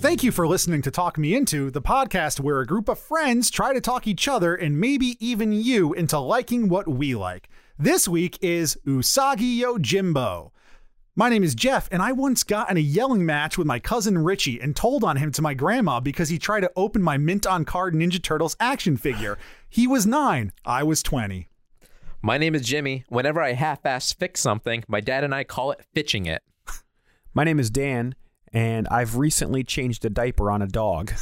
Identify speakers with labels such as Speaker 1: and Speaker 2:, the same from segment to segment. Speaker 1: Thank you for listening to Talk Me Into, the podcast where a group of friends try to talk each other and maybe even you into liking what we like. This week is Usagi Yojimbo. My name is Jeff, and I once got in a yelling match with my cousin Richie and told on him to my grandma because he tried to open my mint on card Ninja Turtles action figure. He was nine, I was 20.
Speaker 2: My name is Jimmy. Whenever I half-ass fix something, my dad and I call it fitching it.
Speaker 3: My name is Dan, and I've recently changed a diaper on a dog.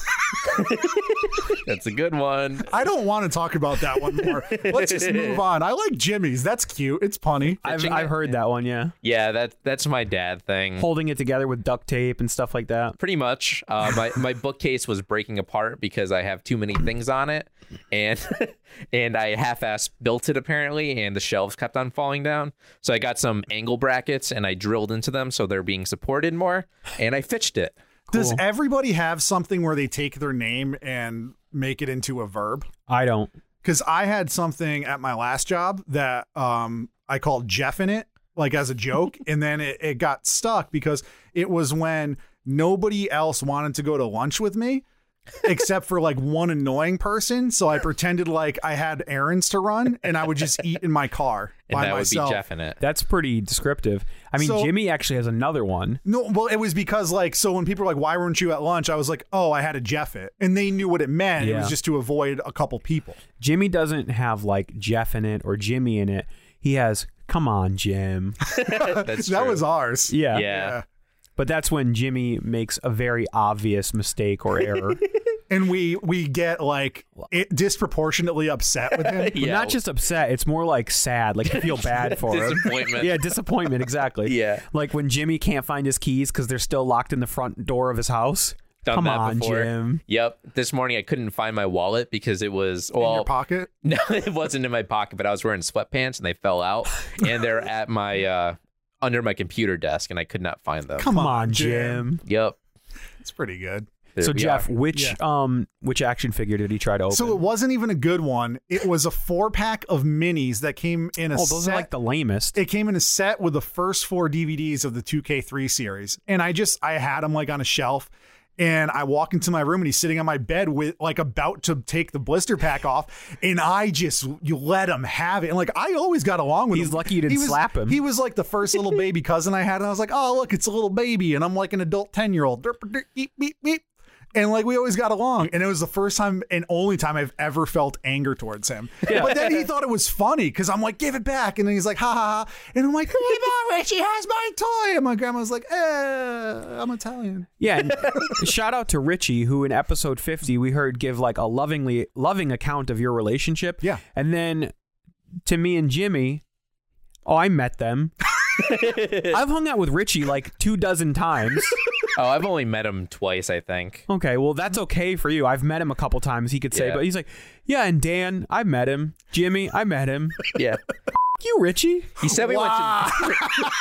Speaker 2: That's a good one.
Speaker 1: I don't want to talk about that one more. Let's just move on. I like Jimmy's. That's cute. It's punny.
Speaker 3: I've,
Speaker 2: Fetching
Speaker 3: I've
Speaker 2: it?
Speaker 3: heard that one, yeah.
Speaker 2: Yeah, that that's my dad thing.
Speaker 3: Holding it together with duct tape and stuff like that.
Speaker 2: Pretty much. Uh, my my bookcase was breaking apart because I have too many things on it, and and I half-ass built it apparently, and the shelves kept on falling down. So I got some angle brackets and I drilled into them so they're being supported more, and I fitched it.
Speaker 1: Does everybody have something where they take their name and make it into a verb?
Speaker 3: I don't.
Speaker 1: Because I had something at my last job that um, I called Jeff in it, like as a joke, and then it, it got stuck because it was when nobody else wanted to go to lunch with me. except for like one annoying person so i pretended like i had errands to run and i would just eat in my car
Speaker 2: And
Speaker 1: by
Speaker 2: that
Speaker 1: myself
Speaker 2: would be Jeff in it.
Speaker 3: That's pretty descriptive. I mean,
Speaker 1: So-
Speaker 3: Jimmy actually has another one.
Speaker 1: No, well, it was because like so when people were like, "Why weren't you at lunch?" I was like, "Oh, I had a Jeff it," and they knew what it meant. It
Speaker 3: Yeah.
Speaker 1: was just to avoid a couple people.
Speaker 3: Jimmy doesn't have like Jeff in it or Jimmy in it. He has, come on, Jim.
Speaker 2: That's
Speaker 1: that
Speaker 2: true.
Speaker 1: was ours.
Speaker 3: Yeah.
Speaker 2: yeah.
Speaker 3: But that's when Jimmy makes a very obvious mistake or error.
Speaker 1: and we we get like it disproportionately upset with him.
Speaker 3: But
Speaker 2: Yeah.
Speaker 3: not just upset. It's more like sad. Like you feel bad for him.
Speaker 2: Disappointment.
Speaker 3: Yeah, disappointment. Exactly.
Speaker 2: Yeah.
Speaker 3: Like when Jimmy can't find his keys because they're still locked in the front door of his house.
Speaker 2: done
Speaker 3: Come
Speaker 2: that
Speaker 3: on,
Speaker 2: before.
Speaker 3: Jim.
Speaker 2: Yep. This morning I couldn't find my wallet because it was
Speaker 1: in
Speaker 2: well
Speaker 1: your pocket.
Speaker 2: no, it wasn't in my pocket, but I was wearing sweatpants and they fell out and they're at my uh under my computer desk and I could not find them.
Speaker 1: Come,
Speaker 3: Come on, Jim.
Speaker 2: Yep.
Speaker 1: It's pretty good.
Speaker 2: There
Speaker 3: so
Speaker 2: we
Speaker 3: Jeff,
Speaker 2: are.
Speaker 3: which um which action figure did he try to open?
Speaker 1: So it wasn't even a good one. It was a four pack of minis that came in a
Speaker 3: oh, those
Speaker 1: set.
Speaker 3: are like the lamest.
Speaker 1: it came in a set with the first four DVDs of the 2K3 series. And I just, I had them like on a shelf. And I walk into my room and he's sitting on my bed with like about to take the blister pack off. And I just, you let him have it. And like, I always got along with
Speaker 3: He's
Speaker 1: him.
Speaker 3: lucky you didn't
Speaker 1: He was-
Speaker 3: slap him.
Speaker 1: He was like the first little baby cousin I had. And I was like, oh, look, it's a little baby. And I'm like an adult 10 year old. And like we always got along, and it was the first time and only time I've ever felt anger towards him. But then he thought it was funny because I'm like, give it back, and then he's like, ha ha ha, and I'm like, come on, Richie has my toy, and my grandma's like, eh, I'm Italian.
Speaker 3: Yeah. And shout out to Richie, who in episode fifty we heard give like a lovingly loving account of your relationship.
Speaker 1: Yeah.
Speaker 3: And then to me and Jimmy, oh, I met them. I've hung out with Richie like two dozen times.
Speaker 2: Oh, I've only met him twice, I think.
Speaker 3: Okay, well that's okay for you. I've met him a couple times. He could say,
Speaker 2: Yeah.
Speaker 3: but he's like, yeah. And Dan, I met him. Jimmy, I met him.
Speaker 2: Yeah.
Speaker 3: F- you, Richie.
Speaker 2: He said we went to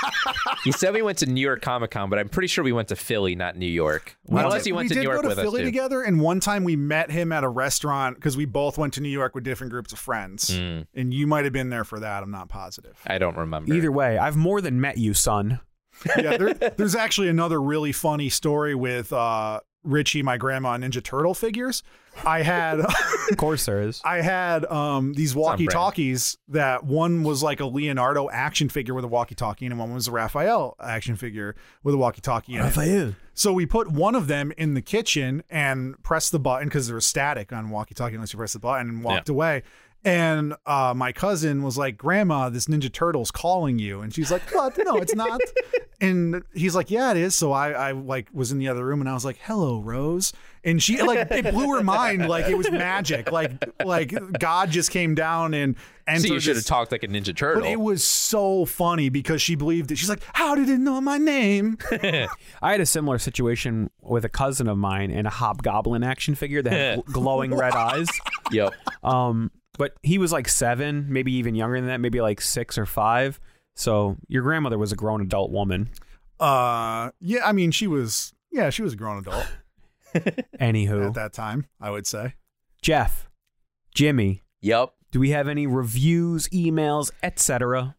Speaker 2: He said we went to New York Comic Con, but I'm pretty sure we went to Philly, not New York.
Speaker 1: We
Speaker 2: Unless
Speaker 1: did-
Speaker 2: he went
Speaker 1: we
Speaker 2: to
Speaker 1: did
Speaker 2: New York
Speaker 1: go to
Speaker 2: with
Speaker 1: Philly
Speaker 2: us. Too.
Speaker 1: together, and one time we met him at a restaurant because we both went to New York with different groups of friends,
Speaker 2: Mm.
Speaker 1: and you might have been there for that. I'm not positive.
Speaker 2: I don't remember.
Speaker 3: Either way, I've more than met you, son.
Speaker 1: yeah, there, there's actually another really funny story with uh, Richie, my grandma, and Ninja Turtle figures. I had
Speaker 3: Of course there is.
Speaker 1: I had um, these walkie talkies that one was like a Leonardo action figure with a walkie talkie, and one was a Raphael action figure with a walkie talkie.
Speaker 3: Raphael.
Speaker 1: So we put one of them in the kitchen and pressed the button because there was static on walkie talkie unless you press the button and walked away. And uh, my cousin was like, Grandma, this Ninja Turtle's calling you. And she's like, What? No, it's not. and he's like, Yeah, it is. So I, I like was in the other room and I was like, Hello, Rose. And she like it blew her mind like it was magic. Like like God just came down and entered.
Speaker 2: So you should have
Speaker 1: this-
Speaker 2: talked like a Ninja
Speaker 1: But it
Speaker 2: Turtle.
Speaker 1: was so funny because she believed it. She's like, How did it know my name?
Speaker 3: I had a similar situation with a cousin of mine and a hobgoblin action figure that had gl- glowing red eyes.
Speaker 2: Yep.
Speaker 3: Um, but he was like seven, maybe even younger than that, maybe like six or five. So your grandmother was a grown adult woman.
Speaker 1: Uh yeah, I mean she was yeah, she was a grown adult at
Speaker 3: Anywho,
Speaker 1: that time, I would say.
Speaker 3: Jeff, Jimmy,
Speaker 2: Yep.
Speaker 3: do we have any reviews, emails, etc.?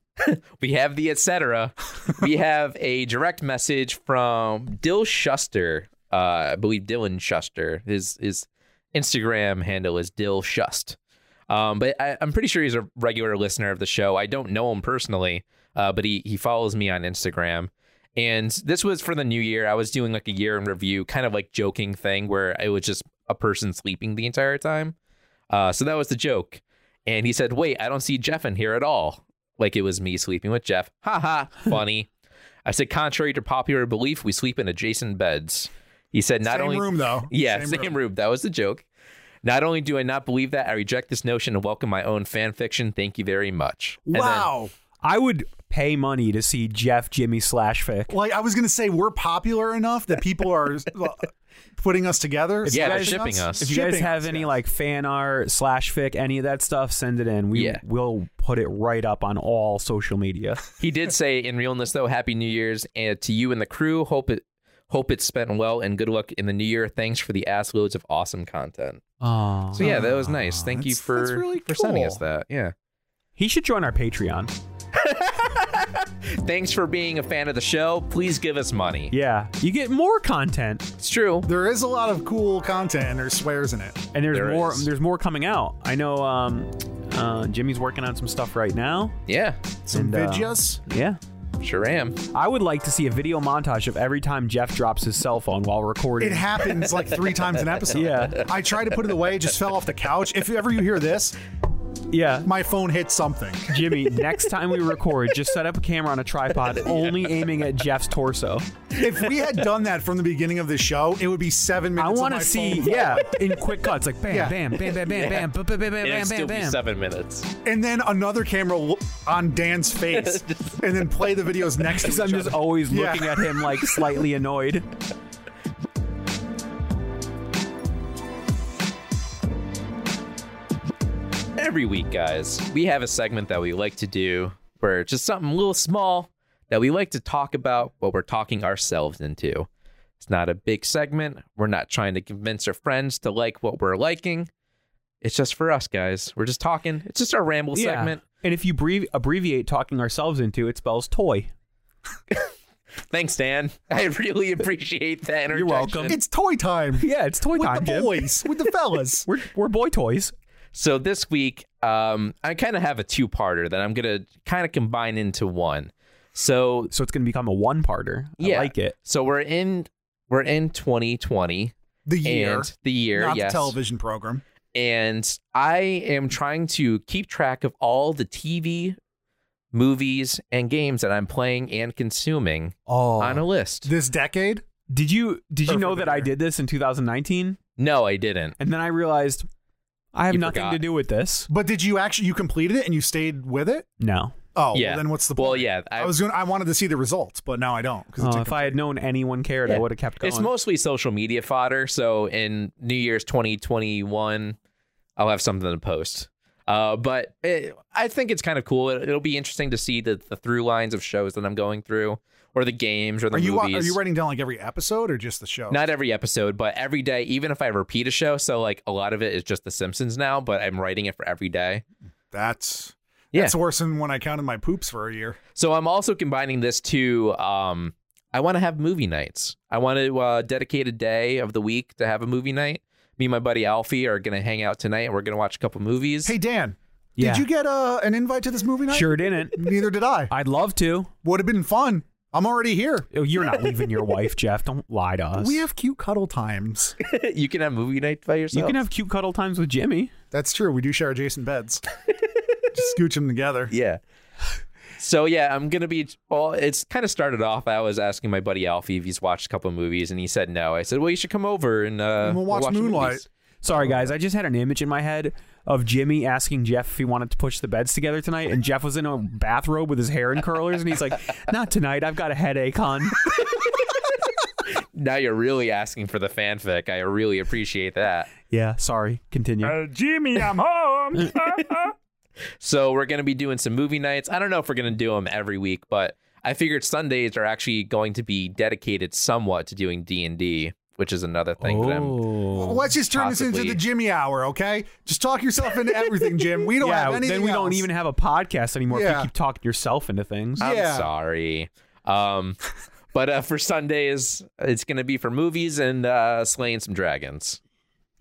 Speaker 2: We have the etc. we have a direct message from Dill Shuster. Uh, I believe Dylan Shuster. His his Instagram handle is Dill Shust. Um, but I, I'm pretty sure he's a regular listener of the show. I don't know him personally, uh, but he he follows me on Instagram. And this was for the new year. I was doing like a year in review, kind of like joking thing where it was just a person sleeping the entire time. Uh, so that was the joke. And he said, "Wait, I don't see Jeff in here at all." like it was me sleeping with Jeff. Ha ha, funny. I said, contrary to popular belief, we sleep in adjacent beds. He said, not
Speaker 1: same
Speaker 2: only
Speaker 1: room though.
Speaker 2: yeah, same, room. That was the joke. Not only do I not believe that, I reject this notion and welcome my own fan fiction. Thank you very much. And then-
Speaker 1: Wow.
Speaker 3: I would pay money to see Jeff, Jimmy, slash fic.
Speaker 1: like I was gonna say, we're popular enough that people are well, putting us together.
Speaker 2: yeah, they're
Speaker 1: guys-
Speaker 2: shipping us.
Speaker 3: If you guys
Speaker 1: Shipping
Speaker 3: have
Speaker 1: us,
Speaker 3: any
Speaker 1: yeah.
Speaker 3: like fan art, slash fic, any of that stuff, send it in. We
Speaker 2: Yeah.
Speaker 3: will put it right up on all social media.
Speaker 2: He did say in realness though, Happy New Year's and to you and the crew. Hope it hope it's spent well and good luck in the new year. Thanks for the ass loads of awesome content.
Speaker 3: Oh.
Speaker 2: So yeah, that was nice.
Speaker 1: Aw,
Speaker 2: Thank you
Speaker 1: that's-
Speaker 2: for
Speaker 1: that's really
Speaker 2: for sending
Speaker 1: cool.
Speaker 2: us that. Yeah.
Speaker 3: He should join our Patreon.
Speaker 2: Thanks for being a fan of the show. Please give us money.
Speaker 3: Yeah. You get more content.
Speaker 2: It's true.
Speaker 1: There is a lot of cool content and there's swears in it.
Speaker 3: And there's
Speaker 2: There
Speaker 3: more
Speaker 2: is.
Speaker 3: there's more coming out. I know um uh, Jimmy's working on some stuff right now.
Speaker 2: Yeah,
Speaker 1: Some
Speaker 3: And, uh,
Speaker 1: videos.
Speaker 3: Yeah.
Speaker 2: sure am.
Speaker 3: I would like to see a video montage of every time Jeff drops his cell phone while recording.
Speaker 1: It happens like three times an episode.
Speaker 3: Yeah.
Speaker 1: I tried to put it away, just fell off the couch. If ever you hear this,
Speaker 3: yeah.
Speaker 1: my phone hit something.
Speaker 3: Jimmy, next time we record, just set up a camera on a tripod only aiming at Jeff's torso.
Speaker 1: If we had done that from the beginning of the show, it would be seven minutes.
Speaker 3: I
Speaker 1: of
Speaker 3: want
Speaker 1: my
Speaker 3: to see,
Speaker 1: phone.
Speaker 3: yeah, in quick cuts, like bam,
Speaker 1: Yeah.
Speaker 3: bam, bam, bam, bam, bam, bam, bam, bam,
Speaker 2: It'll
Speaker 3: bam,
Speaker 2: still
Speaker 3: bam,
Speaker 2: be
Speaker 3: bam.
Speaker 2: seven minutes.
Speaker 1: and then another camera lo- on Dan's face, and then play the videos next to each
Speaker 3: Because I'm just
Speaker 1: other.
Speaker 3: always
Speaker 1: Yeah.
Speaker 3: looking at him like slightly annoyed.
Speaker 2: Every week, guys, we have a segment that we like to do where it's just something a little small that we like to talk about what we're talking ourselves into. It's not a big segment. We're not trying to convince our friends to like what we're liking. It's just for us, guys. We're just talking. It's just our ramble segment.
Speaker 3: And if you brev- abbreviate talking ourselves into, it spells toy.
Speaker 2: Thanks, Dan. I really appreciate that interjection.
Speaker 3: welcome.
Speaker 1: It's toy time
Speaker 3: Yeah, it's toy
Speaker 1: with
Speaker 3: time.
Speaker 1: the
Speaker 3: Jim.
Speaker 1: boys, with the fellas.
Speaker 3: We're, we're boy toys.
Speaker 2: So this week, um, I kind of have a two-parter that I'm gonna kind of combine into one. So
Speaker 3: So it's going to become a one parter. I
Speaker 2: yeah,
Speaker 3: like it.
Speaker 2: So we're in we're in 2020
Speaker 1: The year,
Speaker 2: and the year,
Speaker 1: not
Speaker 2: yes.
Speaker 1: the television program.
Speaker 2: And I am trying to keep track of all the TV, movies, and games that I'm playing and consuming
Speaker 3: Oh.
Speaker 2: on a list.
Speaker 1: This decade,
Speaker 3: Did you did you
Speaker 1: Or
Speaker 3: know
Speaker 1: for the
Speaker 3: that I
Speaker 1: year.
Speaker 3: did this in 2019?
Speaker 2: No, I didn't.
Speaker 3: And then I realized I have
Speaker 2: You
Speaker 3: nothing to
Speaker 2: forgot.
Speaker 3: do with this.
Speaker 1: But did you actually you completed it and you stayed with it?
Speaker 3: No.
Speaker 1: Oh,
Speaker 2: Yeah.
Speaker 1: Well, then what's the point?
Speaker 2: Well, yeah, I-
Speaker 1: I, was going. to I wanted to see the results, but now I don't because
Speaker 3: Oh, if I had known anyone cared, I
Speaker 2: Yeah.
Speaker 3: would have kept going.
Speaker 2: It's mostly social media fodder. So in New Year's 2021, I'll have something to post. Uh, but it, I think it's kind of cool. It, will be interesting to see the, the through lines of shows that I'm going through, or the games, or the
Speaker 1: are you
Speaker 2: movies.
Speaker 1: are you writing down like every episode or just the show?
Speaker 2: Not every episode, but every day. Even if I repeat a show, so like a lot of it is just The Simpsons now, but I'm writing it for every day.
Speaker 1: that's
Speaker 2: Yeah.
Speaker 1: that's worse than when I counted my poops for a year.
Speaker 2: So I'm also combining this to um, I want to have movie nights. I want to uh, dedicate a day of the week to have a movie night. Me and my buddy Alfie are gonna hang out tonight. and We're gonna watch a couple movies.
Speaker 1: Hey Dan,
Speaker 3: Yeah.
Speaker 1: did you get uh, an invite to this movie night?
Speaker 3: Sure didn't.
Speaker 1: Neither did I.
Speaker 3: I'd love to.
Speaker 1: Would have been fun. I'm already here.
Speaker 3: Oh, You're not leaving your wife, Jeff. Don't lie to us.
Speaker 1: We have cute cuddle times.
Speaker 2: you can have movie night by yourself.
Speaker 3: you can have cute cuddle times with Jimmy.
Speaker 1: That's true. We do share adjacent beds. Just scooch them together.
Speaker 2: Yeah. So yeah, I'm gonna be. Well, it's kind of started off. I was asking my buddy Alfie if he's watched a couple of movies, and he said no. I said, well, you should come over and, uh,
Speaker 1: And we'll watch
Speaker 2: the
Speaker 1: Moonlight.
Speaker 2: movies."
Speaker 3: Sorry, guys. I just had an image in my head of Jimmy asking Jeff if he wanted to push the beds together tonight, and Jeff was in a bathrobe with his hair in curlers, and he's like, "Not tonight. I've got a headache, hon."
Speaker 2: Now you're really asking for the fanfic. I really appreciate that.
Speaker 3: yeah. Sorry. Continue.
Speaker 1: Jimmy, I'm home.
Speaker 2: So we're gonna be doing some movie nights. I don't know if we're gonna do them every week, but I figured Sundays are actually going to be dedicated somewhat to doing D and D, which is another thing that
Speaker 3: Oh,
Speaker 2: I'm
Speaker 1: Let's just turn this into
Speaker 2: Possibly.
Speaker 1: the Jimmy hour, okay? Just talk yourself into everything, Jim. We don't have
Speaker 3: yeah.
Speaker 1: anything.
Speaker 3: Then we don't
Speaker 1: else.
Speaker 3: even have a podcast anymore if
Speaker 1: Yeah.
Speaker 3: you keep talking yourself into things.
Speaker 2: I'm
Speaker 1: Yeah.
Speaker 2: sorry. Um, but uh, for Sundays, it's going to be for movies and uh, slaying some dragons.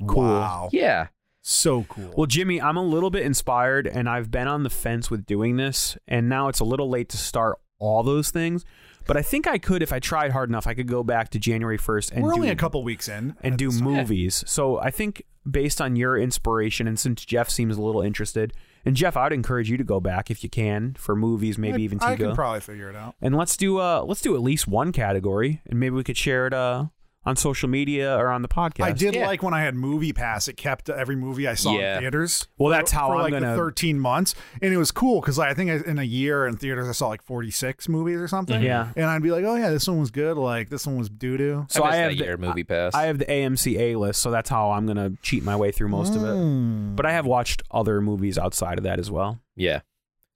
Speaker 3: Cool.
Speaker 1: Wow.
Speaker 2: Yeah.
Speaker 1: So cool.
Speaker 3: Well, Jimmy, I'm a little bit inspired, and I've been on the fence with doing this, and now it's a little late to start all those things. But I think I could, if I tried hard enough, I could go back to January 1st and
Speaker 1: We're
Speaker 3: do,
Speaker 1: only a couple weeks in.
Speaker 3: and do movies. So I think based on your inspiration, and since Jeff seems a little interested, and Jeff, I'd encourage you to go back if you can for movies, maybe
Speaker 1: I-
Speaker 3: even
Speaker 1: I can
Speaker 3: Tigo.
Speaker 1: probably figure it out.
Speaker 3: and let's do uh let's do at least one category, and maybe we could share it uh on social media or on the podcast.
Speaker 1: I did
Speaker 2: Yeah.
Speaker 1: like when I had Movie Pass. It kept every movie I saw
Speaker 2: Yeah.
Speaker 1: in theaters.
Speaker 3: Well, that's how
Speaker 1: for
Speaker 3: I'm
Speaker 1: like the
Speaker 3: gonna
Speaker 1: 13 months, and it was cool because I think I, in a year in theaters I saw like 46 movies or
Speaker 2: Mm-hmm.
Speaker 1: something.
Speaker 3: Yeah.
Speaker 1: and I'd be like, oh yeah, this one was good. Like this one was doo doo.
Speaker 3: So I,
Speaker 2: missed
Speaker 3: have
Speaker 2: that
Speaker 3: the,
Speaker 2: year, movie pass.
Speaker 3: I have the AMC A list, so that's how I'm gonna cheat my way through most of
Speaker 1: Mm. Hmm.
Speaker 3: it. But I have watched other movies outside of that as well.
Speaker 2: yeah.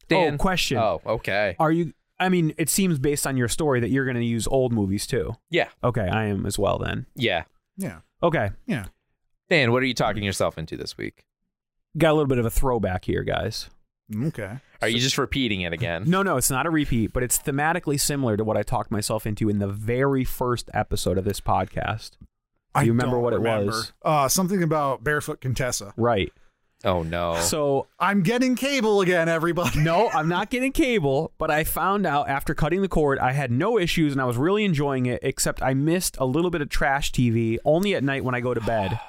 Speaker 2: Dan.
Speaker 3: Oh, question:
Speaker 2: Oh, okay.
Speaker 3: Are you? I mean, it seems based on your story that you're gonna use old movies too.
Speaker 2: Yeah.
Speaker 3: Okay, I am as well then.
Speaker 2: Yeah.
Speaker 1: Yeah,
Speaker 3: Okay,
Speaker 1: yeah.
Speaker 2: Dan, what are you talking yourself into this week?
Speaker 3: got a little bit of a throwback here, guys.
Speaker 1: Mm, Okay.
Speaker 2: Are you just repeating it again?
Speaker 3: No, no, it's not a repeat, but it's thematically similar to what I talked myself into in the very first episode of this podcast.
Speaker 1: I
Speaker 3: you remember
Speaker 1: don't
Speaker 3: what it
Speaker 1: remember.
Speaker 3: was?
Speaker 1: Uh, something about Barefoot Contessa.
Speaker 3: Right.
Speaker 2: Oh, no.
Speaker 3: So
Speaker 1: I'm getting cable again, everybody.
Speaker 3: No, I'm not getting cable, but I found out after cutting the cord, I had no issues and I was really enjoying it, except I missed a little bit of trash TV only at night when I go to bed.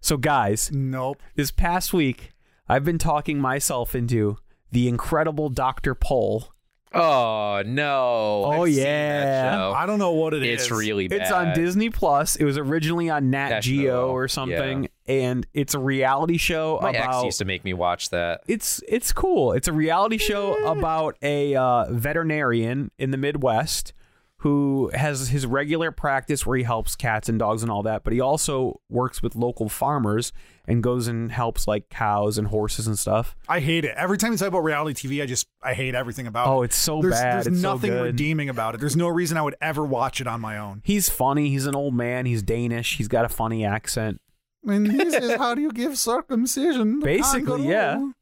Speaker 3: So, guys,
Speaker 1: Nope.
Speaker 3: this past week, I've been talking myself into the incredible Dr. Pole.
Speaker 2: oh, no.
Speaker 3: Oh,
Speaker 2: I've seen that
Speaker 3: yeah.
Speaker 2: show.
Speaker 1: I don't know what it
Speaker 2: Oh, it's
Speaker 1: is.
Speaker 2: really bad.
Speaker 3: It's on Disney Plus. It was originally on Nat
Speaker 2: National,
Speaker 3: Geo or something, and it's a reality show
Speaker 2: My ex
Speaker 3: about
Speaker 2: used to make me watch that.
Speaker 3: it's it's cool. It's a reality show about a uh, veterinarian in the Midwest who has his regular practice where he helps cats and dogs and all that, but he also works with local farmers and goes and helps like cows and horses and stuff.
Speaker 1: I hate it. Every time you talk about reality TV, I just I hate everything about
Speaker 3: Oh,
Speaker 1: it.
Speaker 3: it's so
Speaker 1: there's,
Speaker 3: bad.
Speaker 1: There's
Speaker 3: it's so
Speaker 1: nothing
Speaker 3: good.
Speaker 1: redeeming about it. There's no reason I would ever watch it on my own.
Speaker 3: He's funny. He's an old man. He's Danish. He's got a funny accent.
Speaker 1: And this is how do you give circumcision? the
Speaker 3: Basically, yeah.
Speaker 1: kangaroo?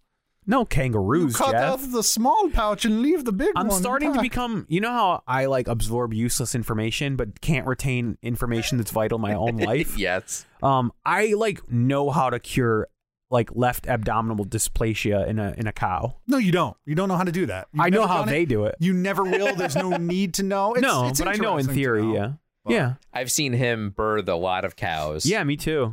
Speaker 3: No kangaroos, Jeff.
Speaker 1: the small pouch and leave the big
Speaker 3: I'm starting to
Speaker 1: intact.
Speaker 3: become, you know how I like absorb useless information but can't retain information that's vital in my own life?
Speaker 2: Yes.
Speaker 3: Um, I like know how to cure like left abdominal dysplasia in a in a cow.
Speaker 1: No, you don't. You don't know how to do that. You've
Speaker 3: I know
Speaker 1: never
Speaker 3: how
Speaker 1: done
Speaker 3: they do it.
Speaker 1: You never will. There's no need to know. It's,
Speaker 3: no,
Speaker 1: it's
Speaker 3: but I know in
Speaker 1: interesting to
Speaker 3: theory.
Speaker 1: know.
Speaker 3: Yeah,
Speaker 1: But-
Speaker 3: yeah,
Speaker 2: I've seen him birth a lot of cows.
Speaker 3: yeah. Me too.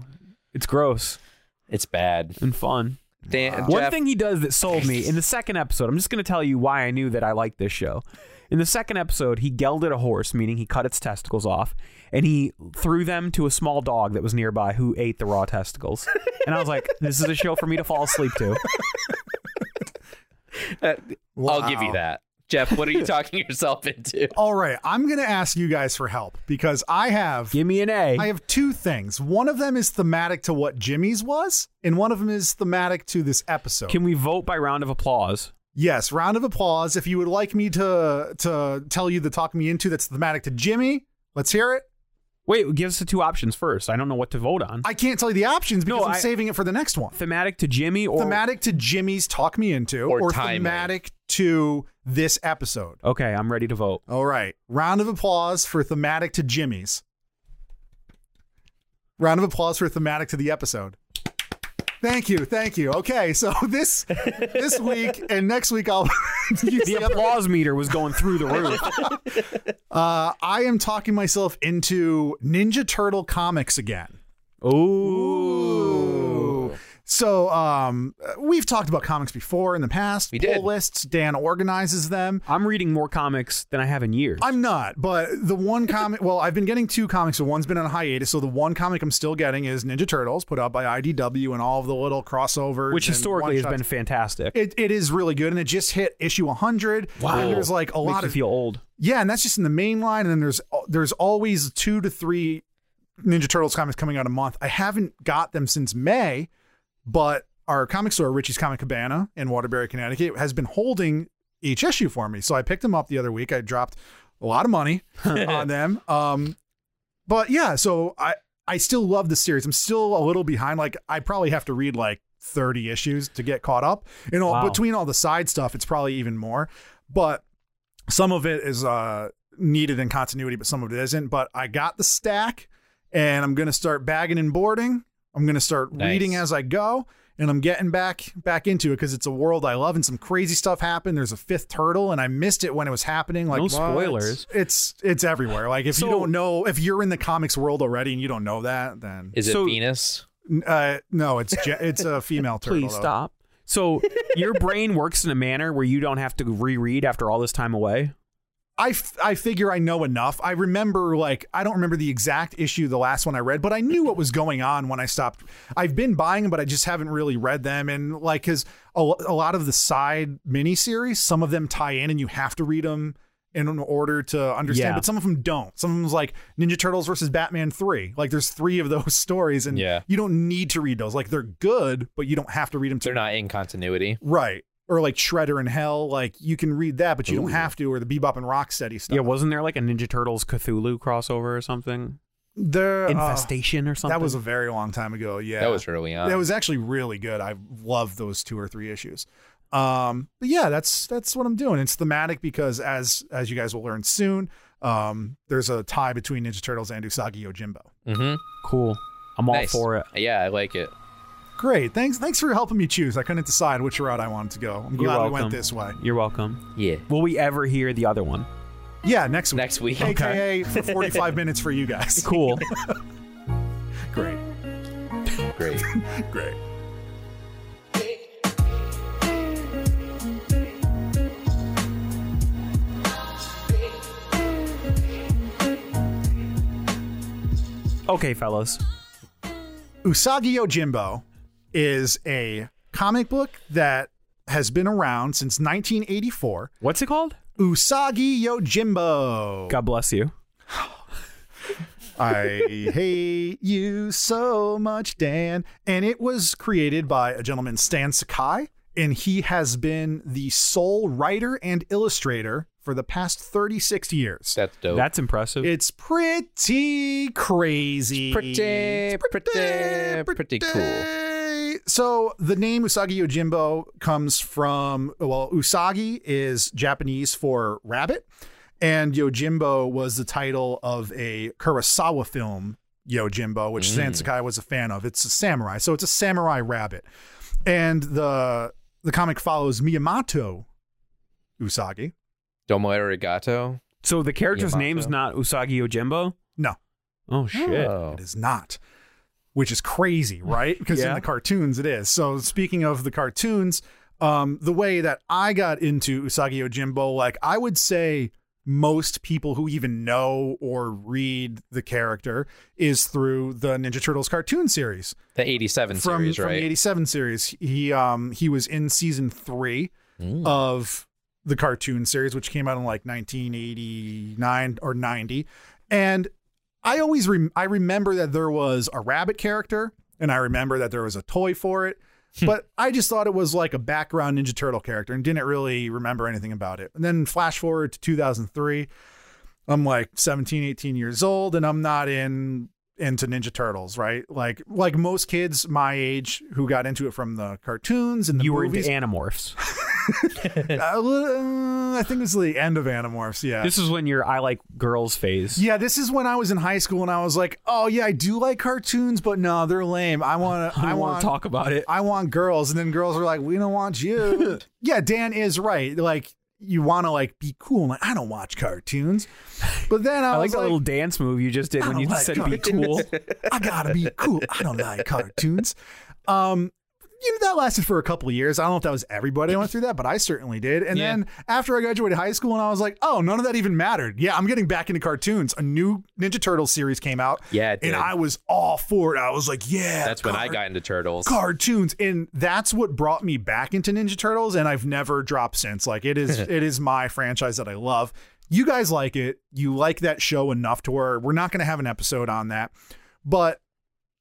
Speaker 3: It's gross
Speaker 2: It's bad.
Speaker 3: and fun.
Speaker 2: Dan,
Speaker 3: One
Speaker 2: Jeff-
Speaker 3: thing he does that sold me in the second episode. I'm just gonna tell you why I knew that I liked this show. In the second episode, he gelded a horse, meaning he cut its testicles off, and he threw them to a small dog that was nearby who ate the raw testicles. And I was like, "This is a show for me to fall asleep to."
Speaker 2: I'll give you
Speaker 1: Wow.
Speaker 2: that. Jeff, what are you talking yourself into?
Speaker 1: All right, I'm gonna ask you guys for help because I have
Speaker 3: Give me an A.
Speaker 1: I have two things. One of them is thematic to what Jimmy's was, and one of them is thematic to this episode.
Speaker 3: Can we vote by round of applause?
Speaker 1: yes, round of applause if you would like me to to tell you the talk me into that's thematic to Jimmy. Let's hear it.
Speaker 3: Wait, give us the two options first. I don't know what to vote on.
Speaker 1: I can't tell you the options because
Speaker 3: No,
Speaker 1: I'm
Speaker 3: I-
Speaker 1: saving it for the next one.
Speaker 3: thematic to Jimmy or
Speaker 1: thematic to Jimmy's talk me into,
Speaker 2: Or timely.
Speaker 1: thematic to this episode.
Speaker 3: Okay, I'm ready to vote.
Speaker 1: All right, round of applause for thematic to Jimmy's. Round of applause for thematic to the episode. Thank you, thank you. Okay, so this this week and next week I'll use
Speaker 3: The
Speaker 1: the other-
Speaker 3: applause meter was going through the roof.
Speaker 1: uh, I am talking myself into Ninja Turtle comics again.
Speaker 3: Ooh.
Speaker 1: So um, we've talked about comics before in the past. We
Speaker 2: did.
Speaker 1: Pull lists. Dan organizes them.
Speaker 3: I'm reading more comics than I have in years.
Speaker 1: I'm not, but the one comic. well, I've been getting two comics, so one's been on hiatus. So the one comic I'm still getting is Ninja Turtles, put out by IDW, and all of the little crossovers,
Speaker 3: which
Speaker 1: and
Speaker 3: historically has
Speaker 1: one-shots.
Speaker 3: been fantastic.
Speaker 1: It, it is really good, and it just hit issue 100. Wow, and there's like a
Speaker 3: Makes
Speaker 1: lot
Speaker 3: you
Speaker 1: of
Speaker 3: feel old.
Speaker 1: yeah, and that's just in the main line. And then there's there's always two to three Ninja Turtles comics coming out a month. I haven't got them since May, but our comic store, Richie's Comic Cabana in Waterbury, Connecticut, has been holding each issue for me. So I picked them up the other week. I dropped a lot of money on them. Um, but yeah, so I I still love the series. I'm still a little behind. Like I probably have to read like 30 issues to get caught up. You know,
Speaker 3: Wow.
Speaker 1: between all the side stuff, it's probably even more. But some of it is uh needed in continuity, but some of it isn't. But I got the stack and I'm gonna start bagging and boarding. I'm gonna start
Speaker 2: Nice.
Speaker 1: reading as I go, and I'm getting back back into it because it's a world I love and some crazy stuff happened. There's a fifth turtle, and I missed it when it was happening. Like
Speaker 3: No
Speaker 1: what?
Speaker 3: spoilers.
Speaker 1: It's it's everywhere. Like if
Speaker 3: So-
Speaker 1: you don't know if you're in the comics world already and you don't know that, then
Speaker 2: Is it
Speaker 3: So-
Speaker 2: Venus?
Speaker 1: uh, no, it's ge- it's a female turtle.
Speaker 3: Please
Speaker 1: though.
Speaker 3: stop. So your brain works in a manner where you don't have to reread after all this time away.
Speaker 1: I, f- I figure I know enough. I remember like I don't remember the exact issue the last one I read, but I knew what was going on when I stopped. I've been buying them, but I just haven't really read them. And like because a, lo- a lot of the side miniseries, some of them tie in, and you have to read them in order to understand.
Speaker 3: Yeah.
Speaker 1: But some of them don't. Some of them's like Ninja Turtles versus Batman three. Like there's three of those stories, and
Speaker 2: Yeah.
Speaker 1: you don't need to read those. Like they're good, but you don't have to read them to
Speaker 2: They're not in continuity.
Speaker 1: right. Or like Shredder and Hell, like you can read that, but you don't have to. Or the Bebop and Rocksteady stuff.
Speaker 3: Yeah, wasn't there like a Ninja Turtles Cthulhu crossover or something?
Speaker 1: The uh,
Speaker 3: Infestation or something?
Speaker 1: that was a very long time ago. Yeah,
Speaker 2: That was early on.
Speaker 1: that was actually really good. I love those two or three issues. Um, but yeah, that's that's what I'm doing. It's thematic because as as you guys will learn soon, um, there's a tie between Ninja Turtles and Usagi Yojimbo.
Speaker 2: mm-hmm.
Speaker 3: cool. I'm all
Speaker 2: nice.
Speaker 3: for it.
Speaker 2: Yeah, I like it.
Speaker 1: Great, thanks thanks for helping me choose. I couldn't decide which route I wanted to go. I'm
Speaker 3: You're
Speaker 1: glad
Speaker 3: welcome.
Speaker 1: we went this way.
Speaker 3: You're welcome.
Speaker 2: Yeah.
Speaker 3: Will we ever hear the other one?
Speaker 1: Yeah, next week.
Speaker 2: Next week.
Speaker 1: AKA for 45 minutes for you guys.
Speaker 3: Cool.
Speaker 1: Great.
Speaker 2: Great.
Speaker 1: Great.
Speaker 3: okay, fellas.
Speaker 1: Usagi Yojimbo is a comic book that has been around since 1984.
Speaker 3: What's it called?
Speaker 1: Usagi Yojimbo.
Speaker 3: God bless you.
Speaker 1: I hate you so much, Dan. And it was created by a gentleman, Stan Sakai, and he has been the sole writer and illustrator for the past 36 years.
Speaker 2: That's dope.
Speaker 3: That's impressive.
Speaker 1: it's pretty crazy.
Speaker 2: pretty, pretty, pretty cool.
Speaker 1: Hey, So the name Usagi Yojimbo comes from well, Usagi is Japanese for rabbit, and Yojimbo was the title of a Kurosawa film, Yojimbo, which
Speaker 2: Mm.
Speaker 1: San Sakai was a fan of. It's a samurai, so it's a samurai rabbit, and the the comic follows Miyamoto Usagi.
Speaker 2: Domo arigato.
Speaker 3: so the character's
Speaker 2: Yamato.
Speaker 3: name's not Usagi Yojimbo?
Speaker 1: No,
Speaker 3: Oh, shit.
Speaker 2: Oh.
Speaker 1: it is not. Which is crazy, right? Because
Speaker 3: Yeah.
Speaker 1: in the cartoons it is. So speaking of the cartoons, um, the way that I got into Usagi Yojimbo, like I would say most people who even know or read the character is through the Ninja Turtles cartoon series
Speaker 2: The 87
Speaker 1: from,
Speaker 2: series,
Speaker 1: from
Speaker 2: right?
Speaker 1: the 87 series. He um he was in season 3
Speaker 2: Mm.
Speaker 1: of the cartoon series which came out in like 1989 or 90 and I always rem- I remember that there was a rabbit character and I remember that there was a toy for it but I just thought it was like a background Ninja Turtle character and didn't really remember anything about it. And then flash forward to 2003, I'm like 17, 18 years old and I'm not in into Ninja Turtles, right? Like like most kids my age who got into it from the cartoons and the
Speaker 3: you were
Speaker 1: movies.
Speaker 3: into Animorphs.
Speaker 1: I, I think this is the end of Animorphs. Yeah.
Speaker 3: This is when your I like girls phase.
Speaker 1: yeah, this is when I was in high school and I was like, "Oh yeah, I do like cartoons, but no, they're lame. I want to. I,
Speaker 3: wanna
Speaker 1: want
Speaker 3: talk about it.
Speaker 1: I want girls." And then girls were like, "We don't want you." yeah, Dan is right. Like you want to like be cool. And like, I don't watch cartoons, but then I,
Speaker 3: I like
Speaker 1: was Oh
Speaker 3: that little dance move you just did
Speaker 1: I
Speaker 3: when
Speaker 1: don't
Speaker 3: you
Speaker 1: like
Speaker 3: said be
Speaker 1: cartoons.
Speaker 3: cool.
Speaker 1: I gotta be cool. I don't like cartoons. Um, you know that lasted for a couple of years. I don't know if that was everybody that went through that, but I certainly did. And
Speaker 3: Yeah.
Speaker 1: then after I graduated high school, and I was like, oh, none of that even mattered. Yeah, I'm getting back into cartoons. A new Ninja Turtles series came out.
Speaker 2: Yeah, it did.
Speaker 1: and I was all for it. I was like, yeah,
Speaker 2: That's when I
Speaker 1: cart-
Speaker 2: got into turtles.
Speaker 1: cartoons and that's what brought me back into ninja turtles and i've never dropped since like it is it is my franchise that i love you guys like it you like that show enough to where we're not going to have an episode on that but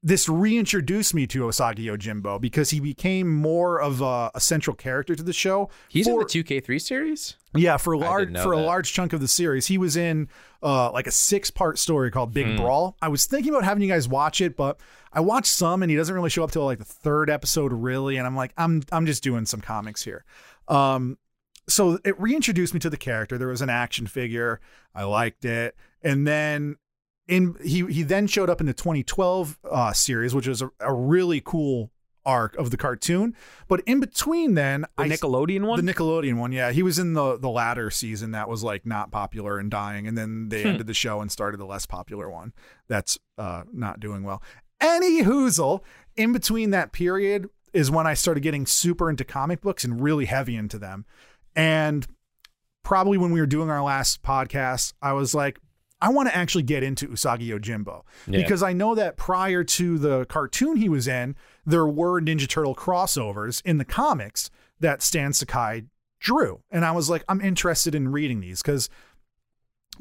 Speaker 1: this reintroduced me to Osagi Yojimbo because he became more of a, a central character to the show.
Speaker 2: He's in
Speaker 1: for-
Speaker 2: the 2K3 series.
Speaker 1: yeah, for a large
Speaker 2: didn't know
Speaker 1: for a
Speaker 2: that.
Speaker 1: large chunk of the series, he was in uh, like a six part story called Big
Speaker 2: Hmm.
Speaker 1: Brawl. I was thinking about having you guys watch it, but I watched some, and he doesn't really show up till like the third episode, really. And I'm like, I'm I'm just doing some comics here. Um, so it reintroduced me to the character. There was an action figure, I liked it, and then in he he then showed up in the 2012 uh, series, which was a, a really cool arc of the cartoon. But in between, then
Speaker 3: The
Speaker 1: I
Speaker 3: Nickelodeon one?
Speaker 1: the Nickelodeon one, yeah. He was in the the latter season that was like not popular and dying, and then
Speaker 3: Hmm.
Speaker 1: they ended the show and started the less popular one that's uh not doing well. Any hoozle in between that period is when I started getting super into comic books and really heavy into them. And probably when we were doing our last podcast, I was like, I want to actually get into Usagi Yojimbo
Speaker 2: Yeah.
Speaker 1: because I know that prior to the cartoon he was in, there were Ninja Turtle crossovers in the comics that Stan Sakai drew. And I was like, I'm interested in reading these because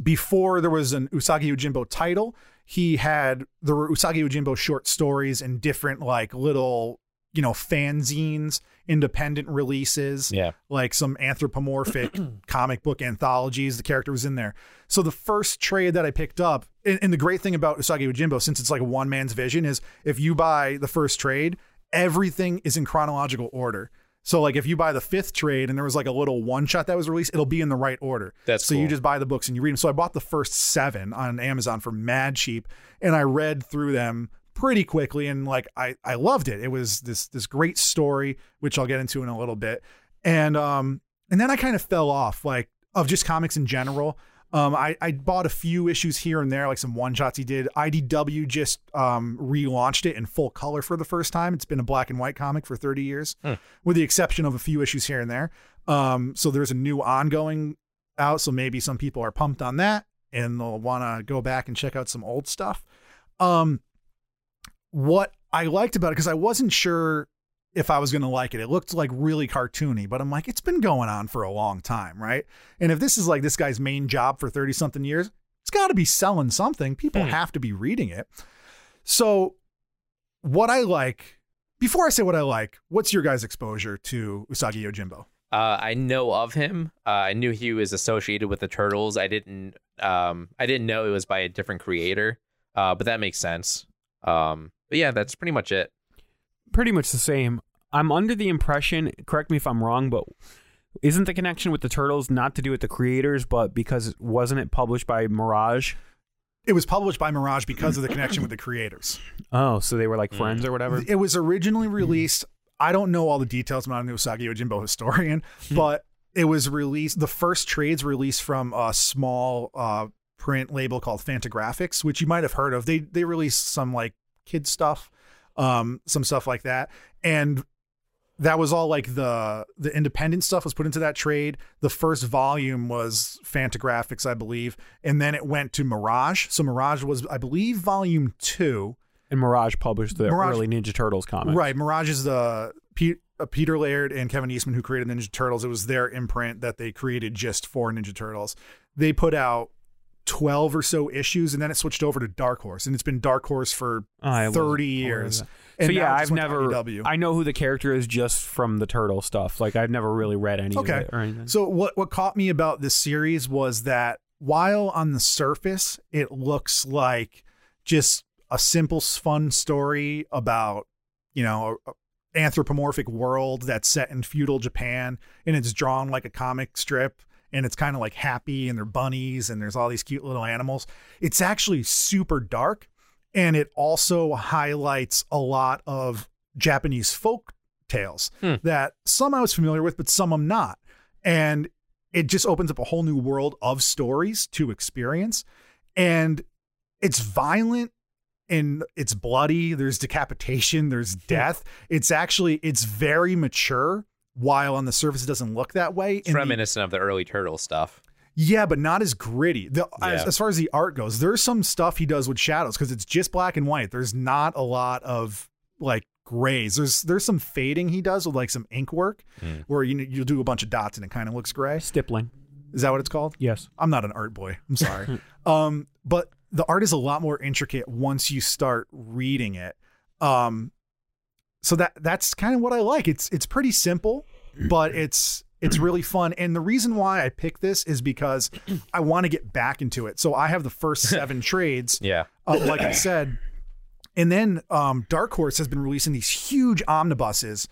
Speaker 1: before there was an Usagi Yojimbo title, he had there were Usagi Yojimbo short stories and different like little, you know, fanzines, independent releases
Speaker 2: Yeah.
Speaker 1: like some anthropomorphic comic book anthologies. The character was in there. So the first trade that I picked up, and, and the great thing about Usagi Ujimbo, since it's like a one man's vision, is if you buy the first trade, everything is in chronological order. So like if you buy the fifth trade and there was like a little one shot that was released, it'll be in the right order.
Speaker 2: That's
Speaker 1: so you
Speaker 2: cool.
Speaker 1: just buy the books and you read them. So I bought the first seven on Amazon for mad cheap, and I read through them pretty quickly and like I I loved it. It was this this great story which I'll get into in a little bit and um and then I kind of fell off like of just comics in general. Um, I, I bought a few issues here and there, like some one shots he did. IDW just um, relaunched it in full color for the first time. It's been a black and white comic for 30 years,
Speaker 2: Hmm.
Speaker 1: with the exception of a few issues here and there. Um, so there's a new ongoing out. So maybe some people are pumped on that and they'll want to go back and check out some old stuff. Um, what I liked about it, because I wasn't sure if I was going to like it. It looked like really cartoony, but I'm like, it's been going on for a long time, right? And if this is like this guy's main job for 30 something years, it's got to be selling something. People have to be reading it. So, what I like, before I say what I like, what's your guys' exposure to Usagi Yojimbo?
Speaker 2: Uh, I know of him. Uh, I knew he was associated with the turtles. I didn't. Um, I didn't know it was by a different creator. Uh, but that makes sense. Um, but yeah, that's pretty much it.
Speaker 3: Pretty much the same. I'm under the impression, correct me if I'm wrong, but isn't the connection with the turtles not to do with the creators, but because wasn't it published by Mirage?
Speaker 1: It was published by Mirage because of the connection with the creators.
Speaker 3: Oh, so they were like friends or whatever.
Speaker 1: It was originally released. I don't know all the details. I'm not an Usagi Yojimbo historian, but it was released. The first trades released from a small uh, print label called Fantagraphics, which you might have heard of. They they released some like kid stuff, um, some stuff like that, and that was all like the the independent stuff was put into that trade. The first volume was Fantagraphics, I believe, and then it went to Mirage. So Mirage was, I believe, volume two.
Speaker 3: And Mirage published the
Speaker 1: Mirage-
Speaker 3: early Ninja Turtles comics.
Speaker 1: Right. Mirage is the Pe- uh, Peter Laird and Kevin Eastman who created the Ninja Turtles. It was their imprint that they created just for Ninja Turtles. They put out 12 or so issues and then it switched over to Dark Horse and it's been Dark Horse for
Speaker 3: I wasn't
Speaker 1: 30
Speaker 3: aware of
Speaker 1: years.
Speaker 3: that.
Speaker 1: And
Speaker 3: so
Speaker 1: now
Speaker 3: yeah,
Speaker 1: it just
Speaker 3: I've
Speaker 1: went to E
Speaker 3: never.
Speaker 1: IDW.
Speaker 3: I know who the character is just from the turtle stuff. Like I've never really read any
Speaker 1: Okay.
Speaker 3: of it or anything.
Speaker 1: So what what caught me about this series was that while on the surface it looks like just a simple fun story about, you know, a, a anthropomorphic world that's set in feudal Japan and it's drawn like a comic strip and it's kind of like happy and they're bunnies and there's all these cute little animals. It's actually super dark and it also highlights a lot of Japanese folk tales
Speaker 2: Hmm.
Speaker 1: that some I was familiar with, but some I'm not. And it just opens up a whole new world of stories to experience. And it's violent and it's bloody. There's decapitation,
Speaker 2: Hmm.
Speaker 1: there's death. It's actually, it's very mature while on the surface it doesn't look that way.
Speaker 2: It's
Speaker 1: And the-
Speaker 2: reminiscent of the early turtle stuff.
Speaker 1: yeah, but not as gritty. The, as,
Speaker 2: Yeah.
Speaker 1: as far as the art goes, there's some stuff he does with shadows because it's just black and white. There's not a lot of like grays. There's there's some fading he does with like some ink work where you you'll do a bunch of dots and it kind of looks gray.
Speaker 3: Stippling.
Speaker 1: Is that what it's called?
Speaker 3: Yes.
Speaker 1: I'm not an art boy. I'm sorry. um, but the art is a lot more intricate once you start reading it. Um, so that that's kind of what I like. It's it's pretty simple, but it's it's really fun. And the reason why I picked this is because I want to get back into it. So I have the first seven trades
Speaker 2: Yeah.
Speaker 1: uh, like I said. And then um, Dark Horse has been releasing these huge omnibuses,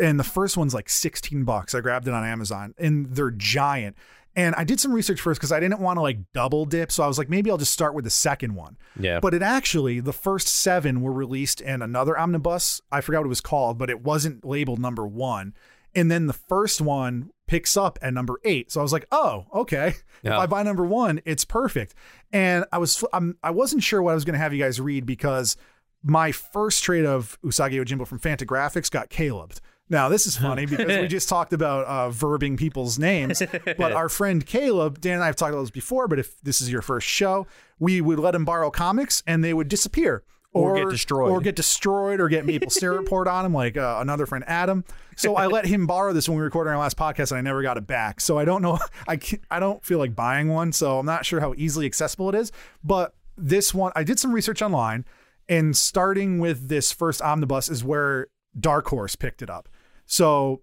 Speaker 1: and the first one's like 16 bucks. I grabbed it on Amazon, and they're giant. And I did some research first because I didn't want to like double dip, so I was like, maybe I'll just start with the second one.
Speaker 2: Yeah.
Speaker 1: But it actually, the first seven were released in another omnibus. I forgot what it was called, but it wasn't labeled number one. And then the first one picks up at number eight. So I was like, oh, okay. If
Speaker 2: Yeah.
Speaker 1: I buy number one, it's perfect. And I was, I'm, I wasn't sure what I was going to have you guys read because my first trade of Usagi Ojimbo from Fantagraphics got Caleb'd. Now this is funny because we just talked about uh, verbing people's names, but our friend Caleb, Dan and I have talked about this before. But if this is your first show, we would let him borrow comics and they would disappear
Speaker 3: Or get destroyed.
Speaker 1: or get destroyed, or get maple syrup poured on him, like uh, another friend Adam. So I let him borrow this when we recorded our last podcast, and I never got it back. So I don't know. I can't, I don't feel like buying one, so I'm not sure how easily accessible it is. But this one, I did some research online, and starting with this first omnibus is where Dark Horse picked it up. So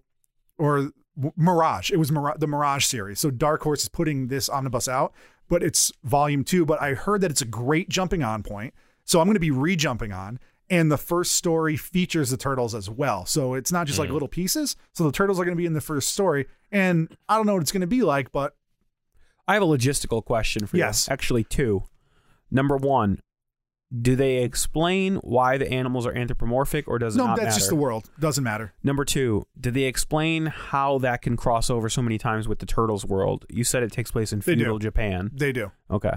Speaker 1: or w- Mirage. It was Mira- the Mirage series. So Dark Horse is putting this omnibus out, but it's volume two. But I heard that it's a great jumping on point. So I'm going to be re jumping on. And the first story features the turtles as well. So it's not just
Speaker 3: Mm.
Speaker 1: like little pieces. So the turtles are going to be in the first story. And I don't know what it's going to be like, but
Speaker 3: I have a logistical question for
Speaker 1: Yes.
Speaker 3: you. Actually, two. Number one, do they explain why the animals are anthropomorphic, or does it
Speaker 1: no,
Speaker 3: not
Speaker 1: that's just the
Speaker 3: matter?
Speaker 1: world. Doesn't matter.
Speaker 3: Number two, did they explain how that can cross over so many times with the turtles world? You said it takes place in
Speaker 1: They do.
Speaker 3: feudal Japan.
Speaker 1: They do.
Speaker 3: Okay.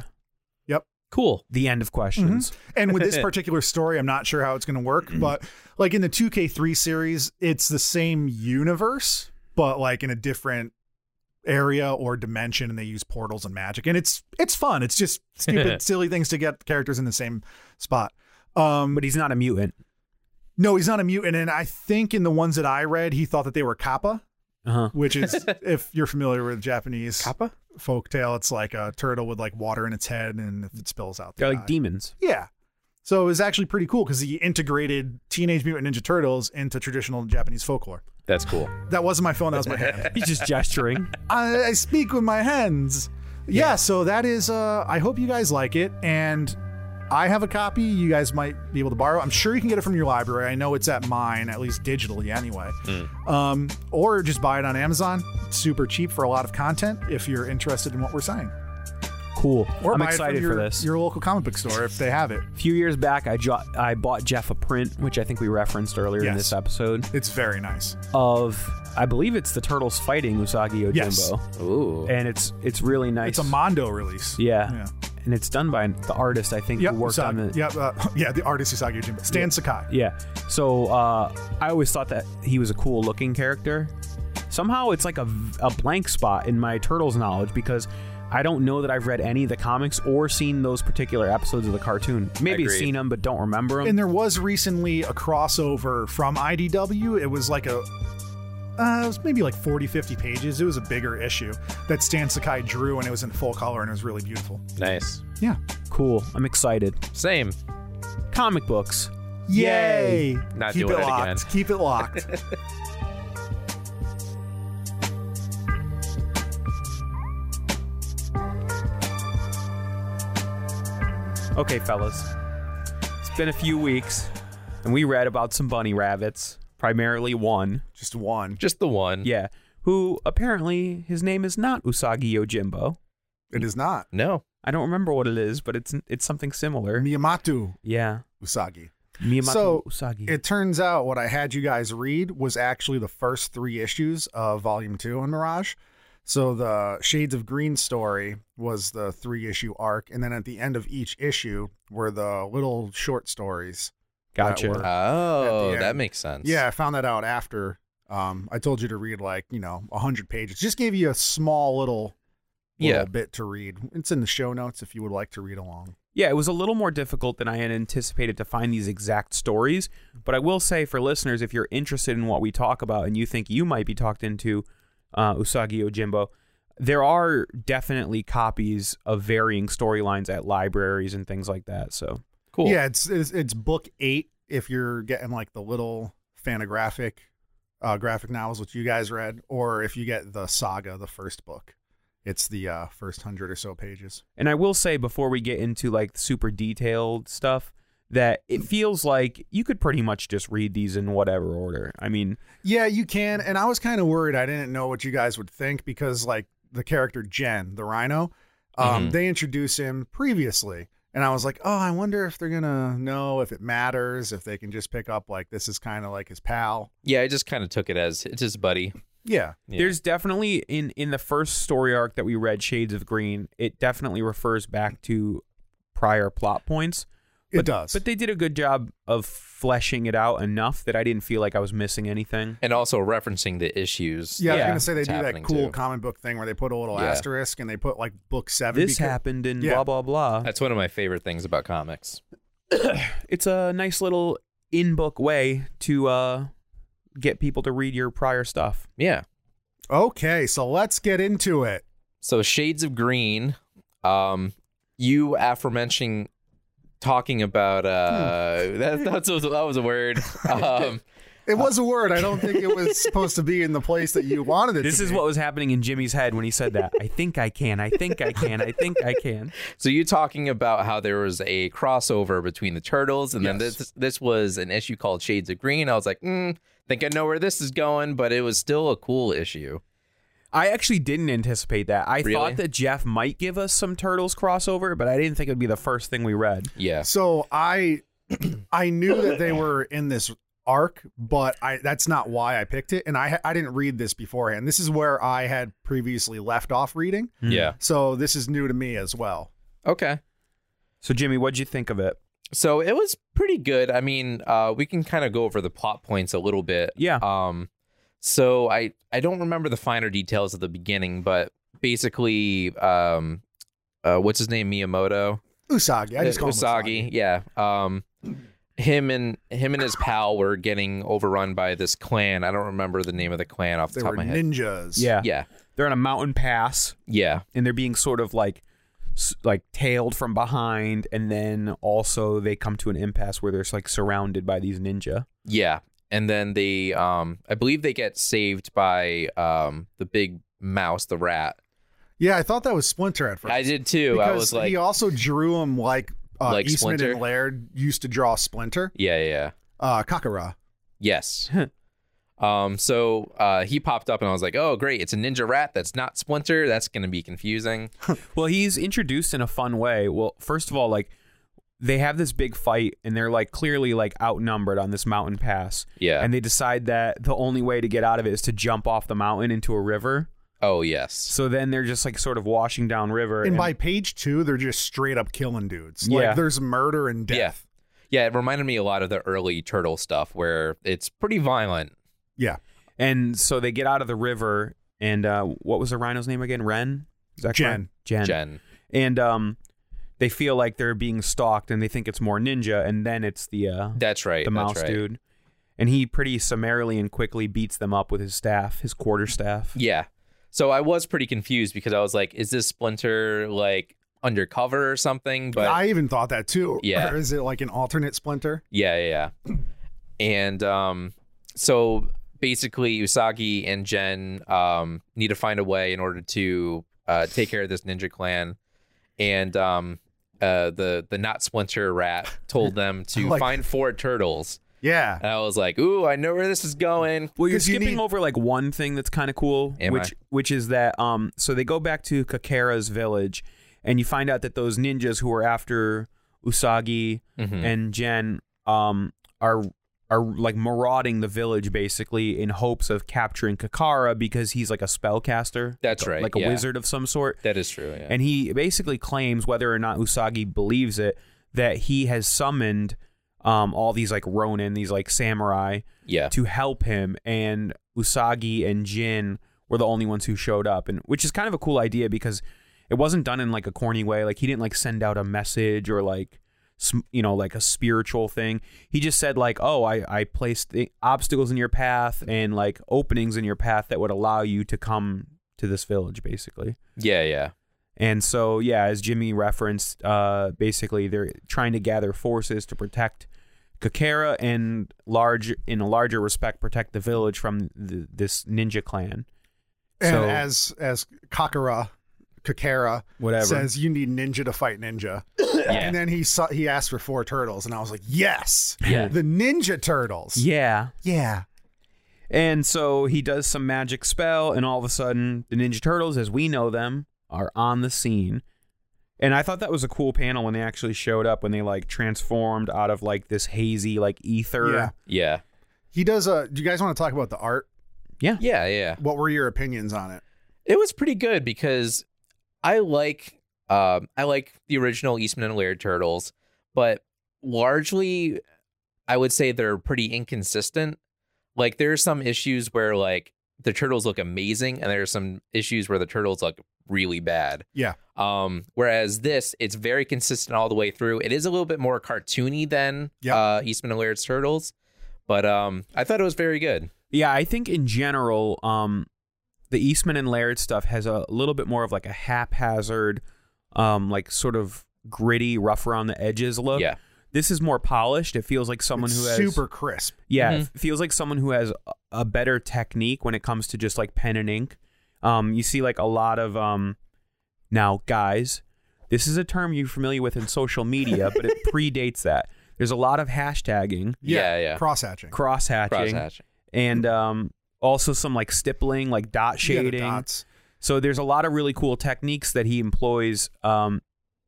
Speaker 2: Cool.
Speaker 3: The end of
Speaker 1: Mm-hmm.
Speaker 3: questions.
Speaker 1: And with this particular story, I'm not sure how it's going to work,
Speaker 3: Mm.
Speaker 1: but like in the 2K3 series, it's the same universe, but like in a different area or dimension and they use portals and magic and it's it's fun it's just stupid silly things to get characters in the same spot um
Speaker 3: But he's not a mutant.
Speaker 1: no he's not a mutant and i think in the ones that i read he thought that they were kappa
Speaker 3: Uh-huh.
Speaker 1: which is if you're familiar with japanese kappa folktale it's like a turtle with like water in its head and if it spills out
Speaker 3: They're
Speaker 1: they
Speaker 3: like
Speaker 1: die.
Speaker 3: demons.
Speaker 1: Yeah. So it was actually pretty cool because he integrated Teenage Mutant Ninja Turtles into traditional Japanese folklore.
Speaker 2: That's cool.
Speaker 1: That wasn't my phone, that was my hand.
Speaker 3: He's just gesturing.
Speaker 1: I, I speak with my hands. Yeah, so that is uh I hope you guys like it and I have a copy you guys might be able to borrow. I'm sure you can get it from your library. I know it's at mine, at least digitally anyway.
Speaker 3: Hmm.
Speaker 1: Um, or just buy it on Amazon. It's super cheap for a lot of content if you're interested in what we're saying.
Speaker 3: Cool.
Speaker 1: Or
Speaker 3: I'm
Speaker 1: buy it
Speaker 3: excited
Speaker 1: from your,
Speaker 3: for this.
Speaker 1: Your local comic book store if they have it.
Speaker 3: A few years back, I jo- I bought Jeff a print, which I think we referenced earlier in
Speaker 1: Yes.
Speaker 3: this episode,
Speaker 1: It's very nice.
Speaker 3: of I believe it's the turtles fighting Usagi Yojimbo,
Speaker 1: Yes.
Speaker 2: Ooh.
Speaker 3: and it's it's really nice.
Speaker 1: It's a Mondo release.
Speaker 3: yeah.
Speaker 1: Yeah.
Speaker 3: and it's done by the artist I think
Speaker 1: Yep.
Speaker 3: who worked on
Speaker 1: Usagi-
Speaker 3: the
Speaker 1: Yep. Uh, yeah. The artist Usagi Ojimbo. Stan Sakai.
Speaker 3: yeah. So uh, I always thought that he was a cool looking character. Somehow it's like a, a blank spot in my turtles knowledge because. I don't know that I've read any of the comics or seen those particular episodes of the cartoon. Maybe
Speaker 2: Agreed.
Speaker 3: seen them, but don't remember them.
Speaker 1: And there was recently a crossover from IDW. It was like a. Uh, it was maybe like 40, 50 pages. It was a bigger issue that Stan Sakai drew, and it was in full color, and it was really beautiful.
Speaker 2: nice.
Speaker 1: Yeah.
Speaker 3: cool. I'm excited.
Speaker 2: Same.
Speaker 3: Comic books.
Speaker 1: Yay!
Speaker 2: Not
Speaker 1: Keep
Speaker 2: doing
Speaker 1: it
Speaker 2: it
Speaker 1: locked.
Speaker 2: again.
Speaker 1: Keep it locked.
Speaker 3: Okay, fellas. It's been a few weeks, and we read about some bunny rabbits, primarily one.
Speaker 1: Just one.
Speaker 2: Just the one.
Speaker 3: Yeah. who apparently his name is not Usagi Yojimbo.
Speaker 1: It is not
Speaker 2: No.
Speaker 3: I don't remember what it is, but it's it's something similar.
Speaker 1: Miyamoto
Speaker 3: Yeah.
Speaker 1: Usagi.
Speaker 3: Miyamoto
Speaker 1: So,
Speaker 3: Usagi.
Speaker 1: It turns out what I had you guys read was actually the first three issues of Volume Two on Mirage. So the Shades of Green story was the three issue arc, and then at the end of each issue were the little short stories.
Speaker 3: gotcha.
Speaker 1: that word.
Speaker 2: Oh,
Speaker 1: At the
Speaker 2: that
Speaker 1: end.
Speaker 2: makes sense.
Speaker 1: Yeah, I found that out after um, I told you to read like you know hundred pages. Just gave you a small little, little
Speaker 2: Yeah.
Speaker 1: bit to read. It's in the show notes if you would like to read along.
Speaker 3: Yeah, it was a little more difficult than I had anticipated to find these exact stories. But I will say for listeners, if you're interested in what we talk about and you think you might be talked into uh, Usagi Ojimbo, there are definitely copies of varying storylines at libraries and things like that. So
Speaker 2: Cool.
Speaker 1: Yeah, it's, it's it's book eight if you're getting like the little fanographic uh, graphic novels which you guys read, or if you get the saga, the first book. It's the uh, first hundred or so pages.
Speaker 3: And I will say before we get into like super detailed stuff that it feels like you could pretty much just read these in whatever order. I mean,
Speaker 1: Yeah, you can. And I was kind of worried. I didn't know what you guys would think because, like, the character Jen, the Rhino, um,
Speaker 3: Mm-hmm.
Speaker 2: Mhm.
Speaker 1: they introduce him previously, and I was like, oh, I wonder if they're gonna know if it matters, if they can just pick up like this is kind of like his pal.
Speaker 2: Yeah, I just kind of took it as it's his buddy.
Speaker 1: Yeah,
Speaker 2: Yeah.
Speaker 3: there's definitely in in the first story arc that we read Shades of Green, it definitely refers back to prior plot points,
Speaker 1: it does.
Speaker 3: but they did a good job of fleshing it out enough that I didn't feel like I was missing anything.
Speaker 2: and also referencing the issues.
Speaker 1: yeah, I
Speaker 3: yeah,
Speaker 1: was gonna say they
Speaker 2: it's
Speaker 1: do that
Speaker 2: happening
Speaker 1: cool
Speaker 2: too.
Speaker 1: comic book thing where they put a little
Speaker 2: Yeah.
Speaker 1: asterisk and they put like book seven.
Speaker 3: This
Speaker 1: because-
Speaker 3: happened in
Speaker 1: yeah.
Speaker 3: blah blah blah.
Speaker 2: That's one of my favorite things about comics.
Speaker 3: it's a nice little in book way to uh get people to read your prior stuff.
Speaker 2: Yeah.
Speaker 1: Okay, so let's get into it.
Speaker 2: So Shades of Green, um, you aforementioned talking about uh, that, that's that was a word. Um,
Speaker 1: It was a word. I don't think it was supposed to be in the place that you wanted it.
Speaker 3: This
Speaker 1: to
Speaker 3: is
Speaker 1: be.
Speaker 3: what was happening in Jimmy's head when he said that. I think I can. I think I can. I think I can.
Speaker 2: so you talking about how there was a crossover between the turtles, and then
Speaker 1: Yes.
Speaker 2: this this was an issue called Shades of Green. I was like, mm, think I know where this is going, but it was still a cool issue.
Speaker 3: I actually didn't anticipate that. I
Speaker 2: Really?
Speaker 3: thought that Jeff might give us some Turtles crossover, but I didn't think it would be the first thing we read.
Speaker 2: Yeah.
Speaker 1: So I I knew that they were in this arc, but I that's not why I picked it and I I didn't read this beforehand. This is where I had previously left off reading.
Speaker 2: Yeah.
Speaker 1: So this is new to me as well.
Speaker 2: Okay.
Speaker 3: So Jimmy, what'd you think of it?
Speaker 2: so it was pretty good i mean uh we can kind of go over the plot points a little bit
Speaker 3: Yeah.
Speaker 2: um so i i don't remember the finer details at the beginning but basically um uh what's his name miyamoto
Speaker 1: Usagi. I just call him
Speaker 2: Uh, Usagi, yeah um him and him and his pal were getting overrun by this clan i don't remember the name of the clan off the
Speaker 1: They
Speaker 2: top
Speaker 1: were
Speaker 2: of my head
Speaker 1: ninjas.
Speaker 3: Yeah.
Speaker 2: yeah
Speaker 3: They're on a mountain pass
Speaker 2: yeah
Speaker 3: and they're being sort of like s- like tailed from behind and then also they come to an impasse where they're like surrounded by these ninja.
Speaker 2: Yeah. And then they um I believe they get saved by um the big mouse, the rat.
Speaker 1: Yeah, I thought that was Splinter at first.
Speaker 2: I did too.
Speaker 1: because
Speaker 2: I was like
Speaker 1: he also drew him like uh,
Speaker 2: Like
Speaker 1: Eastman
Speaker 2: Splinter?
Speaker 1: and Laird used to draw Splinter.
Speaker 2: Yeah, yeah, yeah.
Speaker 1: Uh Kakara.
Speaker 2: Yes. um so uh he popped up and I was like, "Oh, great. It's a ninja rat that's not Splinter. That's going to be confusing."
Speaker 3: Well, he's introduced in a fun way. Well, first of all, like they have this big fight and they're like clearly like outnumbered on this mountain pass.
Speaker 2: Yeah.
Speaker 3: And they decide that the only way to get out of it is to jump off the mountain into a river.
Speaker 2: oh, yes.
Speaker 3: So then they're just like sort of washing down river.
Speaker 1: And by page two, they're just straight up killing dudes.
Speaker 3: Yeah.
Speaker 1: Like there's murder and
Speaker 2: Yeah.
Speaker 1: death.
Speaker 2: Yeah, it reminded me a lot of the early turtle stuff where it's pretty violent.
Speaker 1: Yeah.
Speaker 3: and so they get out of the river and uh what was the rhino's name again? Ren? Is that
Speaker 1: Jen.
Speaker 3: correct? Jen.
Speaker 2: Jen.
Speaker 3: And um they feel like they're being stalked and they think it's more ninja and then it's the uh
Speaker 2: That's right.
Speaker 3: the
Speaker 2: that's
Speaker 3: mouse
Speaker 2: right.
Speaker 3: dude. And he pretty summarily and quickly beats them up with his staff, his quarter staff.
Speaker 2: Yeah. So I was pretty confused because I was like, is this Splinter like undercover or something? But
Speaker 1: I even thought that too.
Speaker 2: Yeah.
Speaker 1: Or is it like an alternate splinter?
Speaker 2: Yeah, yeah, yeah. And um, so basically, Usagi and Jen um, need to find a way in order to uh, take care of this ninja clan. And um, uh, the the not splinter rat told them to
Speaker 1: Like-
Speaker 2: find four turtles
Speaker 1: Yeah.
Speaker 2: And I was like, ooh, I know where this is going.
Speaker 3: Well, you're
Speaker 1: 'Cause you
Speaker 3: skipping
Speaker 1: need-
Speaker 3: over like one thing that's kind of cool,
Speaker 2: Am
Speaker 3: which
Speaker 2: I?
Speaker 3: which is that um, so they go back to Kakera's village, and you find out that those ninjas who were after Usagi
Speaker 2: Hmm.
Speaker 3: and Jen um are are like marauding the village basically in hopes of capturing Kakara because he's like a spellcaster.
Speaker 2: That's
Speaker 3: like a-
Speaker 2: right,
Speaker 3: like a
Speaker 2: yeah.
Speaker 3: wizard of some sort.
Speaker 2: That is true. Yeah.
Speaker 3: And he basically claims, whether or not Usagi believes it, that he has summoned um, all these like Ronin, these like samurai,
Speaker 2: yeah.
Speaker 3: to help him. And Usagi and Jin were the only ones who showed up, and which is kind of a cool idea because it wasn't done in like a corny way. Like he didn't like send out a message or like sm- you know like a spiritual thing. He just said like, "Oh, I I placed the obstacles in your path and like openings in your path that would allow you to come to this village, basically."
Speaker 2: Yeah. Yeah.
Speaker 3: And so, yeah, as Jimmy referenced, uh, basically they're trying to gather forces to protect Kakera and large, in a larger respect, protect the village from th- this ninja clan.
Speaker 1: And
Speaker 3: So-
Speaker 1: as as Kakara, Kakara,
Speaker 3: Whatever.
Speaker 1: says, you need ninja to fight ninja. And then he saw he asked for four turtles, and I was like, yes,
Speaker 2: Yeah.
Speaker 1: the ninja turtles.
Speaker 3: Yeah.
Speaker 1: Yeah.
Speaker 3: And so he does some magic spell, and all of a sudden, the Ninja Turtles, as we know them, are on the scene. And I thought that was a cool panel when they actually showed up, when they like transformed out of like this hazy like ether.
Speaker 1: Yeah.
Speaker 2: Yeah.
Speaker 1: He does a. Do you guys want to talk about the art?
Speaker 2: Yeah. Yeah.
Speaker 1: What were your opinions on it?
Speaker 2: It was pretty good because I like um I like the original Eastman and Laird Turtles, but largely I would say they're pretty inconsistent. Like there are some issues where like the turtles look amazing and there are some issues where the turtles look really bad.
Speaker 1: Yeah.
Speaker 2: Um whereas this it's very consistent all the way through. It is a little bit more cartoony than
Speaker 1: Yep.
Speaker 2: uh Eastman and Laird's Turtles, but um I thought it was very good.
Speaker 3: Yeah, I think in general, um, the Eastman and Laird stuff has a little bit more of like a haphazard, um, like sort of gritty, rough around the edges look.
Speaker 2: Yeah.
Speaker 3: This is more polished. It feels like someone
Speaker 1: It's
Speaker 3: who has
Speaker 1: super crisp.
Speaker 3: yeah, it feels like someone who has a- a better technique when it comes to just like pen and ink. Um, you see like a lot of um, now guys, this is a term you're familiar with in social media, but it predates that. There's a lot of hashtagging,
Speaker 2: Yeah, yeah.
Speaker 1: Cross hatching.
Speaker 3: cross
Speaker 2: Cross
Speaker 3: hatching,
Speaker 2: hatching.
Speaker 3: and um, also some like stippling, like dot shading. so there's a lot of really cool techniques that he employs um,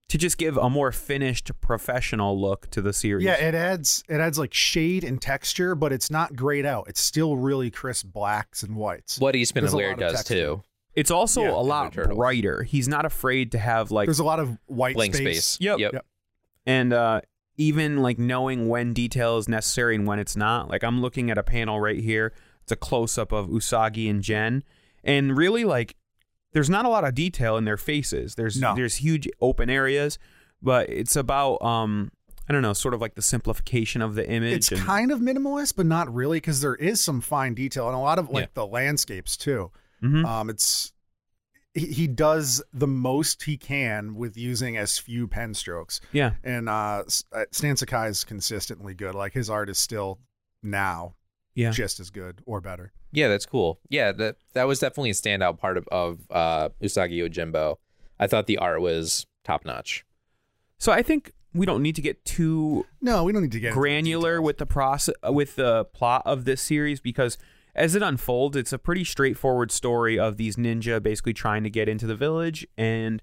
Speaker 3: to just give a more finished, professional look to the series.
Speaker 1: Yeah, it adds it adds like shade and texture, but it's not grayed out. It's still really crisp blacks and whites.
Speaker 2: What Eastman
Speaker 1: There's
Speaker 2: and
Speaker 1: a
Speaker 2: Laird
Speaker 1: lot of
Speaker 2: does
Speaker 1: texture.
Speaker 2: too.
Speaker 3: it's also a
Speaker 1: Yeah,
Speaker 3: lot
Speaker 2: Ninja Turtles.
Speaker 3: brighter. He's not afraid to have like
Speaker 1: There's a lot of white
Speaker 2: Blank space.
Speaker 3: Yep.
Speaker 2: Yep.
Speaker 1: Yep.
Speaker 3: and uh, even like knowing when detail is necessary and when it's not. Like I'm looking at a panel right here. It's a close up of Usagi and Jen, and really like there's not a lot of detail in their faces. There's
Speaker 1: No.
Speaker 3: there's huge open areas, but it's about um I don't know, sort of like the simplification of the image.
Speaker 1: It's
Speaker 3: and-
Speaker 1: kind of minimalist, but not really, because there is some fine detail and a lot of like
Speaker 2: Yeah.
Speaker 1: the landscapes too.
Speaker 3: Mhm.
Speaker 1: Um, it's he, he does the most he can with using as few pen strokes,
Speaker 3: yeah.
Speaker 1: and uh, S- uh, Stan Sakai is consistently good. Like his art is still now
Speaker 3: Yeah.
Speaker 1: just as good or better.
Speaker 2: Yeah, that's cool. Yeah, that that was definitely a standout part of, of uh, Usagi Yojimbo. I thought the art was top notch.
Speaker 3: So I think we don't need to get too
Speaker 1: No, we don't need to get into the
Speaker 3: granular
Speaker 1: details.
Speaker 3: with the process with the plot of this series because as it unfolds it's a pretty straightforward story of these ninja basically trying to get into the village and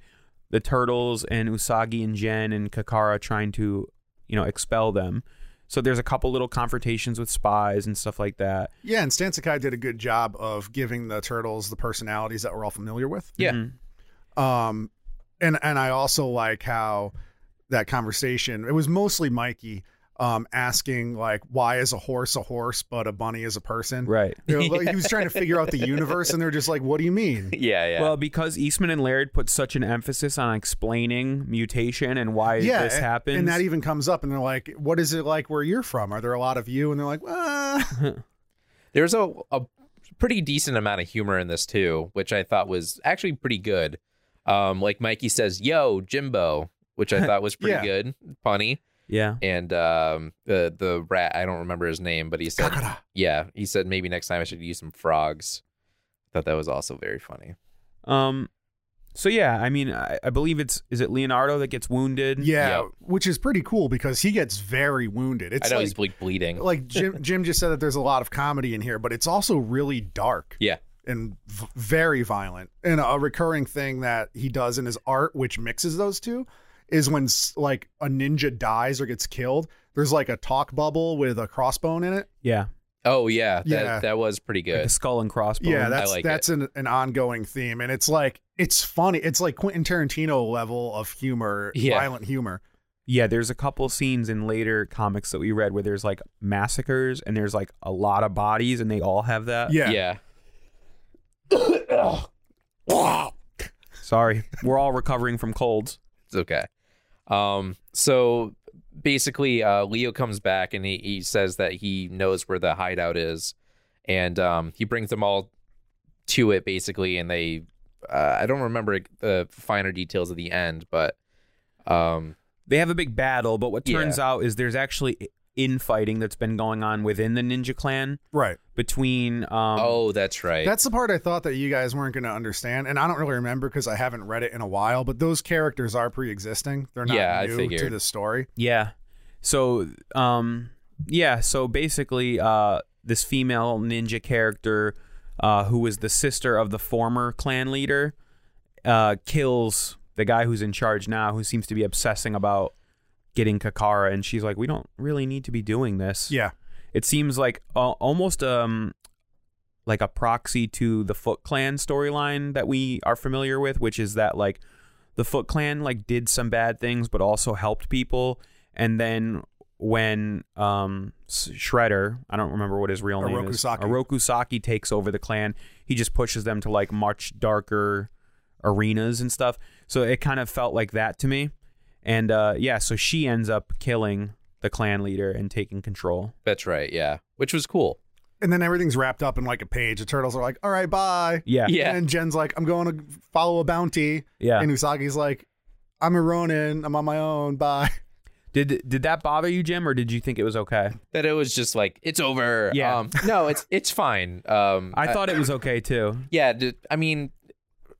Speaker 3: the turtles and usagi and jen and kakara trying to you know expel them so there's a couple little confrontations with spies and stuff like that
Speaker 1: Yeah, and Stan Sakai did a good job of giving the turtles the personalities that we're all familiar with.
Speaker 2: Yeah,
Speaker 3: Mm-hmm.
Speaker 1: Um, and and I also like how that conversation. It was mostly Mikey um asking like, why is a horse a horse but a bunny is a person?
Speaker 3: right
Speaker 1: You know, like, he was trying to figure out the universe, and they're just like, "What do you mean?"
Speaker 2: yeah, yeah.
Speaker 3: Well, because Eastman and Laird put such an emphasis on explaining mutation and why
Speaker 1: yeah,
Speaker 3: this
Speaker 1: and-
Speaker 3: happens,
Speaker 1: and that even comes up, and they're like, "What is it like where you're from? Are there a lot of you?" And they're like, "Ah."
Speaker 2: There's a a pretty decent amount of humor in this too, which I thought was actually pretty good. Um, like Mikey says, "Yo, Jimbo," which I thought was pretty
Speaker 1: Yeah.
Speaker 2: good, funny.
Speaker 3: yeah,
Speaker 2: And um, the the rat, I don't remember his name, but he said,
Speaker 1: Kakara.
Speaker 2: "Yeah," he said, "Maybe next time I should use some frogs." Thought that was also very funny.
Speaker 3: Um, So yeah, I mean, I, I believe it's is it Leonardo that gets wounded?
Speaker 1: Yeah,
Speaker 2: Yep.
Speaker 1: which is pretty cool because he gets very wounded. It's
Speaker 2: I know
Speaker 1: like,
Speaker 2: he's ble- bleeding.
Speaker 1: like Jim Jim just said that there's a lot of comedy in here, but it's also really dark
Speaker 2: yeah.
Speaker 1: and v- very violent. And a recurring thing that he does in his art, which mixes those two, is when s- like a ninja dies or gets killed. There's like a talk bubble with a crossbone in it.
Speaker 3: yeah,
Speaker 2: Oh yeah. That
Speaker 1: Yeah.
Speaker 2: that was pretty good.
Speaker 3: the skull and crossbones.
Speaker 1: Yeah, that's
Speaker 2: like
Speaker 1: that's an, an ongoing theme, and it's like it's funny. It's like Quentin Tarantino level of humor,
Speaker 2: Yeah.
Speaker 1: violent humor.
Speaker 3: Yeah, there's a couple scenes in later comics that we read where there's like massacres and there's like a lot of bodies and they all have that.
Speaker 1: Yeah,
Speaker 2: Uh, yeah.
Speaker 3: Sorry. We're all recovering from colds.
Speaker 2: It's okay. Um, so basically, uh, Leo comes back and he, he says that he knows where the hideout is, and um, he brings them all to it basically, and they. Uh, I don't remember the finer details of the end, but um,
Speaker 3: They have a big battle, but what
Speaker 2: Yeah.
Speaker 3: turns out is there's actually infighting that's been going on within the ninja clan
Speaker 1: right.
Speaker 3: between um
Speaker 2: oh, that's right.
Speaker 1: That's the part I thought that you guys weren't going to understand, and I don't really remember because I haven't read it in a while. But those characters are pre-existing; they're not
Speaker 2: Yeah, I
Speaker 1: new to
Speaker 2: figured.
Speaker 1: the story.
Speaker 3: Yeah. So um yeah, so basically uh this female ninja character uh who was the sister of the former clan leader uh kills the guy who's in charge now who seems to be obsessing about getting Kakara and she's like we don't really need to be doing this.
Speaker 1: Yeah,
Speaker 3: It seems like uh, almost um like a proxy to the Foot Clan storyline that we are familiar with, which is that like the Foot Clan like did some bad things but also helped people, and then when um S- Shredder, I don't remember what his real name is,
Speaker 1: Oroku Saki.
Speaker 3: Oroku Saki takes over the clan, he just pushes them to like much darker arenas and stuff. So it kind of felt like that to me. And uh, yeah, so she ends up killing the clan leader and taking control.
Speaker 2: that's right. Yeah, which was cool.
Speaker 1: and then everything's wrapped up in like a page. The turtles are like, "All right, bye."
Speaker 3: Yeah.
Speaker 2: Yeah.
Speaker 1: And Jen's like, "I'm going to follow a bounty,"
Speaker 3: Yeah.
Speaker 1: and Usagi's like, "I'm a Ronin. I'm on my own. Bye."
Speaker 3: Did did that bother you, Jim, or did you think it was okay?
Speaker 2: That it was just like it's over.
Speaker 3: Yeah.
Speaker 2: Um, no, it's it's fine. Um,
Speaker 3: I thought it was okay too.
Speaker 2: yeah. d- I mean,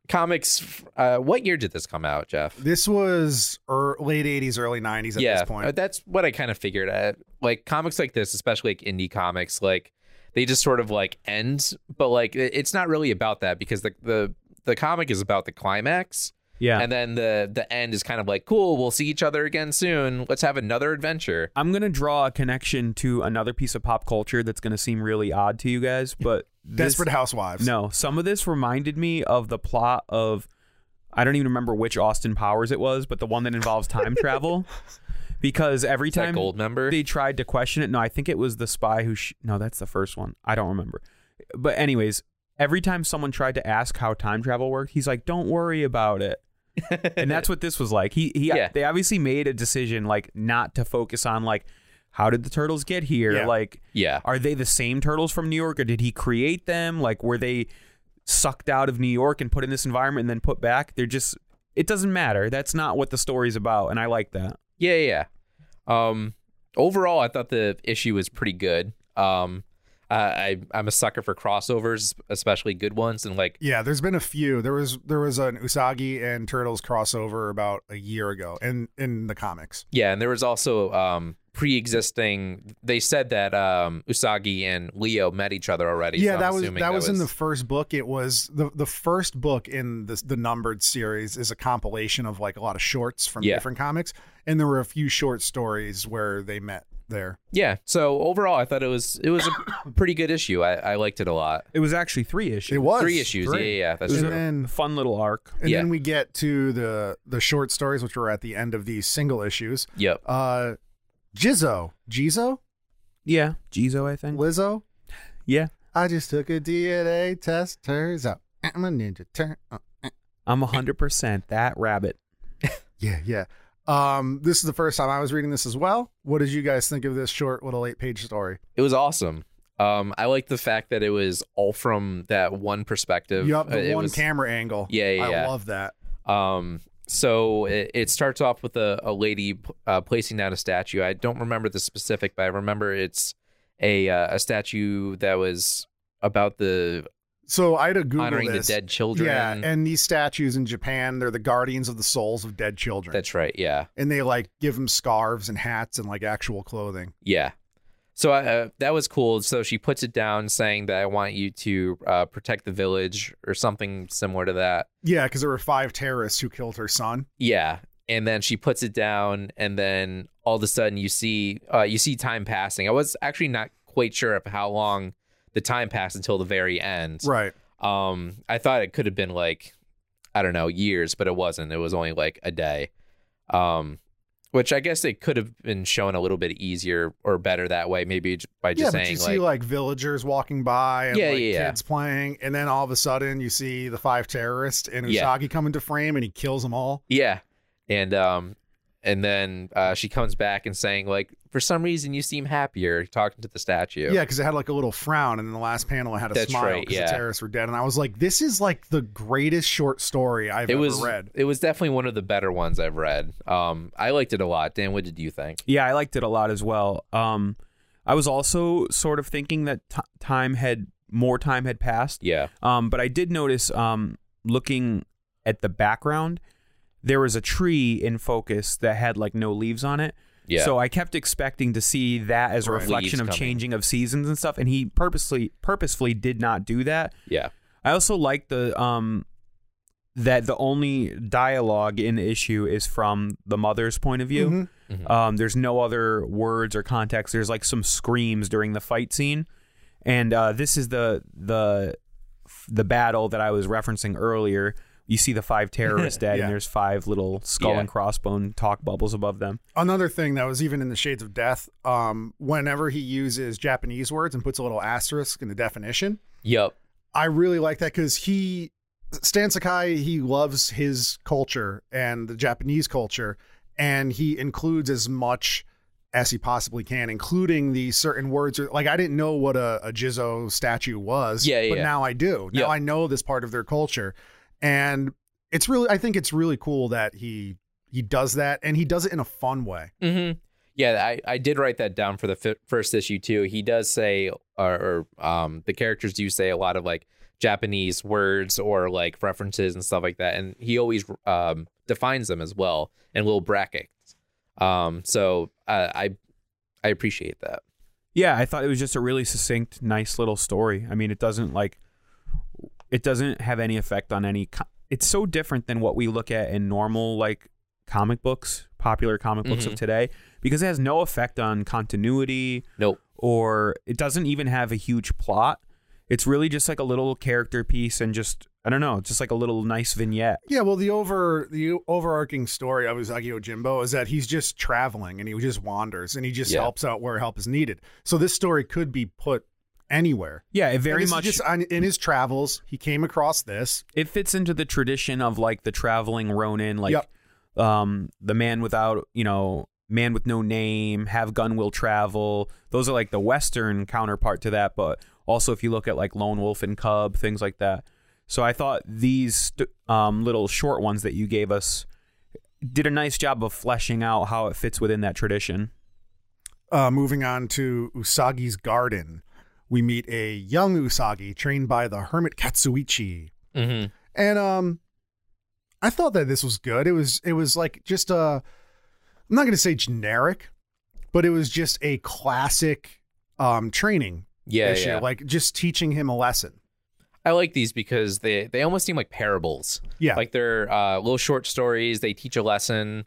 Speaker 2: comics. Uh, what year did this come out, Jeff?
Speaker 1: This was er, late '80s, early '90s at
Speaker 2: yeah,
Speaker 1: this point.
Speaker 2: uh, that's what I kind of figured. Uh like comics like this, especially like indie comics, like they just sort of like end, but like it- it's not really about that because the the the comic is about the climax,
Speaker 3: Yeah.
Speaker 2: and then the the end is kind of like cool. We'll see each other again soon. Let's have another adventure.
Speaker 3: I'm gonna draw a connection to another piece of pop culture that's gonna seem really odd to you guys, but this,
Speaker 1: Desperate Housewives.
Speaker 3: No, some of this reminded me of the plot of I don't even remember which Austin Powers it was, but the one that involves time travel. Because every
Speaker 2: That
Speaker 3: time
Speaker 2: gold member.
Speaker 3: they tried to question it. No, I think it was the spy who. Sh- no, that's the first one. I don't remember. But anyways, every time someone tried to ask how time travel worked, he's like, "Don't worry about it." and that's what this was like. He he.
Speaker 2: Yeah.
Speaker 3: They obviously made a decision like not to focus on like how did the turtles get here?
Speaker 1: Yeah.
Speaker 3: Like,
Speaker 2: yeah.
Speaker 3: are they the same turtles from New York, or did he create them? Like, were they sucked out of New York and put in this environment and then put back? They're just. It doesn't matter. That's not what the story's about, and I like that.
Speaker 2: Yeah, yeah. yeah. Um, overall, I thought the issue was pretty good. Um, I, I I'm a sucker for crossovers, especially good ones, and like
Speaker 1: Yeah, there's been a few. There was there was an Usagi and Turtles crossover about a year ago, and in the comics.
Speaker 2: yeah, and there was also um pre-existing. They said that um Usagi and Leo met each other already. so
Speaker 1: yeah,
Speaker 2: I'm
Speaker 1: that was that,
Speaker 2: assuming
Speaker 1: was in the first book. It was the the first book in this the numbered series is a compilation of like a lot of shorts from
Speaker 2: Yeah.
Speaker 1: different comics, and there were a few short stories where they met there.
Speaker 2: yeah. So overall, I thought it was it was a pretty good issue. I, I liked it a lot.
Speaker 3: It was actually three issues.
Speaker 1: It was
Speaker 2: Three issues. Yeah, yeah, yeah, that's
Speaker 1: and
Speaker 2: true.
Speaker 1: then
Speaker 3: fun little arc.
Speaker 1: and
Speaker 2: Yeah.
Speaker 1: then we get to the the short stories, which were at the end of these single issues.
Speaker 2: Yep.
Speaker 1: Uh, Jizzo, Jizzo,
Speaker 3: Yeah, Jizo, I think.
Speaker 1: Lizzo.
Speaker 3: Yeah,
Speaker 1: I just took a DNA test. Turns out I'm a ninja. Turn. Uh,
Speaker 3: I'm hundred percent that rabbit.
Speaker 1: yeah, yeah. Um, this is the first time I was reading this as well. What did you guys think of this short little eight page story?
Speaker 2: It was awesome. Um, I liked the fact that it was all from that one perspective.
Speaker 1: Yup,
Speaker 2: Uh,
Speaker 1: the
Speaker 2: it
Speaker 1: one
Speaker 2: was-
Speaker 1: camera angle.
Speaker 2: Yeah, yeah,
Speaker 1: I
Speaker 2: yeah.
Speaker 1: love that.
Speaker 2: Um, so it, it starts off with a, a lady uh, placing down a statue. I don't remember the specific, but I remember it's a uh, a statue that was about the
Speaker 1: So I had to Google
Speaker 2: honoring
Speaker 1: this.
Speaker 2: the dead children.
Speaker 1: Yeah, and these statues in Japan, they're the guardians of the souls of dead children.
Speaker 2: That's right. Yeah.
Speaker 1: and they like give them scarves and hats and like actual clothing.
Speaker 2: Yeah. So I, uh, that was cool. So she puts it down saying that I want you to uh, protect the village or something similar to that.
Speaker 1: Yeah, because there were five terrorists who killed her son.
Speaker 2: Yeah. And then she puts it down and then all of a sudden you see uh, you see time passing. I was actually not quite sure of how long the time passed until the very end.
Speaker 1: Right.
Speaker 2: Um, I thought it could have been like, I don't know, years, but it wasn't. It was only like a day. Um, which I guess it could have been shown a little bit easier or better that way, maybe j- by
Speaker 1: yeah,
Speaker 2: just
Speaker 1: but
Speaker 2: saying
Speaker 1: you
Speaker 2: like,
Speaker 1: see like villagers walking by and
Speaker 2: Yeah,
Speaker 1: like
Speaker 2: yeah, yeah.
Speaker 1: kids playing, and then all of a sudden you see the five terrorists and
Speaker 2: Yeah.
Speaker 1: Usagi come into frame and he kills them all.
Speaker 2: yeah, and um, and then uh, she comes back and saying like, for some reason you seem happier talking to the statue.
Speaker 1: Yeah, because it had like a little frown, and in the last panel it had a
Speaker 2: That's
Speaker 1: smile
Speaker 2: right,
Speaker 1: because
Speaker 2: yeah.
Speaker 1: the terrorists were dead. And I was like, this is like the greatest short story I've
Speaker 2: It
Speaker 1: ever
Speaker 2: was
Speaker 1: read.
Speaker 2: it was definitely one of the better ones I've read. Um, I liked it a lot. Dan, what did you think?
Speaker 3: Yeah, I liked it a lot as well. Um, I was also sort of thinking that t- time had more time had passed.
Speaker 2: Yeah,
Speaker 3: Um, but I did notice, um, looking at the background, there was a tree in focus that had like no leaves on it.
Speaker 2: yeah,
Speaker 3: So I kept expecting to see that as a
Speaker 1: Right.
Speaker 3: reflection
Speaker 2: Leaves
Speaker 3: of
Speaker 2: coming.
Speaker 3: changing of seasons and stuff, and he purposely purposefully did not do that.
Speaker 2: yeah,
Speaker 3: I also like the um that the only dialogue in the issue is from the mother's point of view.
Speaker 1: Mhm.
Speaker 3: Um, there's no other words or context. There's like some screams during the fight scene, and uh, this is the the the battle that I was referencing earlier. You see the five terrorists dead,
Speaker 1: Yeah.
Speaker 3: and there's five little skull
Speaker 2: Yeah.
Speaker 3: and crossbone talk bubbles above them.
Speaker 1: Another thing that was even in the Shades of Death, um, whenever he uses Japanese words and puts a little asterisk in the definition,
Speaker 2: yep,
Speaker 1: I really like that because he, Stan Sakai, he loves his culture and the Japanese culture, and he includes as much as he possibly can, including the certain words. Or, like I didn't know what a, a Jizo statue was,
Speaker 2: Yeah, yeah,
Speaker 1: but
Speaker 2: yeah.
Speaker 1: now I do. Now
Speaker 2: Yeah.
Speaker 1: I know this part of their culture, and it's really, I think it's really cool that he he does that, and he does it in a fun way.
Speaker 2: hmm Yeah, I, I did write that down for the fi- first issue too. He does say, or, or um, the characters do say a lot of like Japanese words or like references and stuff like that, and he always um defines them as well in little brackets. Um, so uh, I I appreciate that.
Speaker 3: Yeah, I thought it was just a really succinct, nice little story. I mean, it doesn't like it doesn't have any effect on any. Co- it's so different than what we look at in normal like comic books, popular comic books
Speaker 1: Mm-hmm.
Speaker 3: of today, because it has no effect on continuity
Speaker 2: Nope.
Speaker 3: or it doesn't even have a huge plot. It's really just like a little character piece and just I don't know, just like a little nice vignette.
Speaker 1: Yeah, well, the over the overarching story of Usagi Ojimbo is that he's just traveling and he just wanders and he just
Speaker 2: Yeah.
Speaker 1: helps out where help is needed. So this story could be put anywhere.
Speaker 3: Yeah, it
Speaker 1: And
Speaker 3: very
Speaker 1: this is
Speaker 3: much
Speaker 1: just on, in his travels, he came across this.
Speaker 3: it fits into the tradition of like the traveling ronin like
Speaker 1: Yep.
Speaker 3: um the man without you know man with no name have gun will travel those are like the western counterpart to that but also if you look at like lone wolf and cub things like that so i thought these st- um, little short ones that you gave us did a nice job of fleshing out how it fits within that tradition
Speaker 1: Uh, moving on to Usagi's garden, we meet a young Usagi trained by the hermit Katsuichi,
Speaker 2: hmm
Speaker 1: and um, I thought that this was good. It was it was like just a, I'm not going to say generic, but it was just a classic um training
Speaker 2: Yeah,
Speaker 1: issue,
Speaker 2: yeah.
Speaker 1: like just teaching him a lesson.
Speaker 2: I like these because they they almost seem like parables.
Speaker 1: Yeah.
Speaker 2: like they're uh, little short stories. They teach a lesson,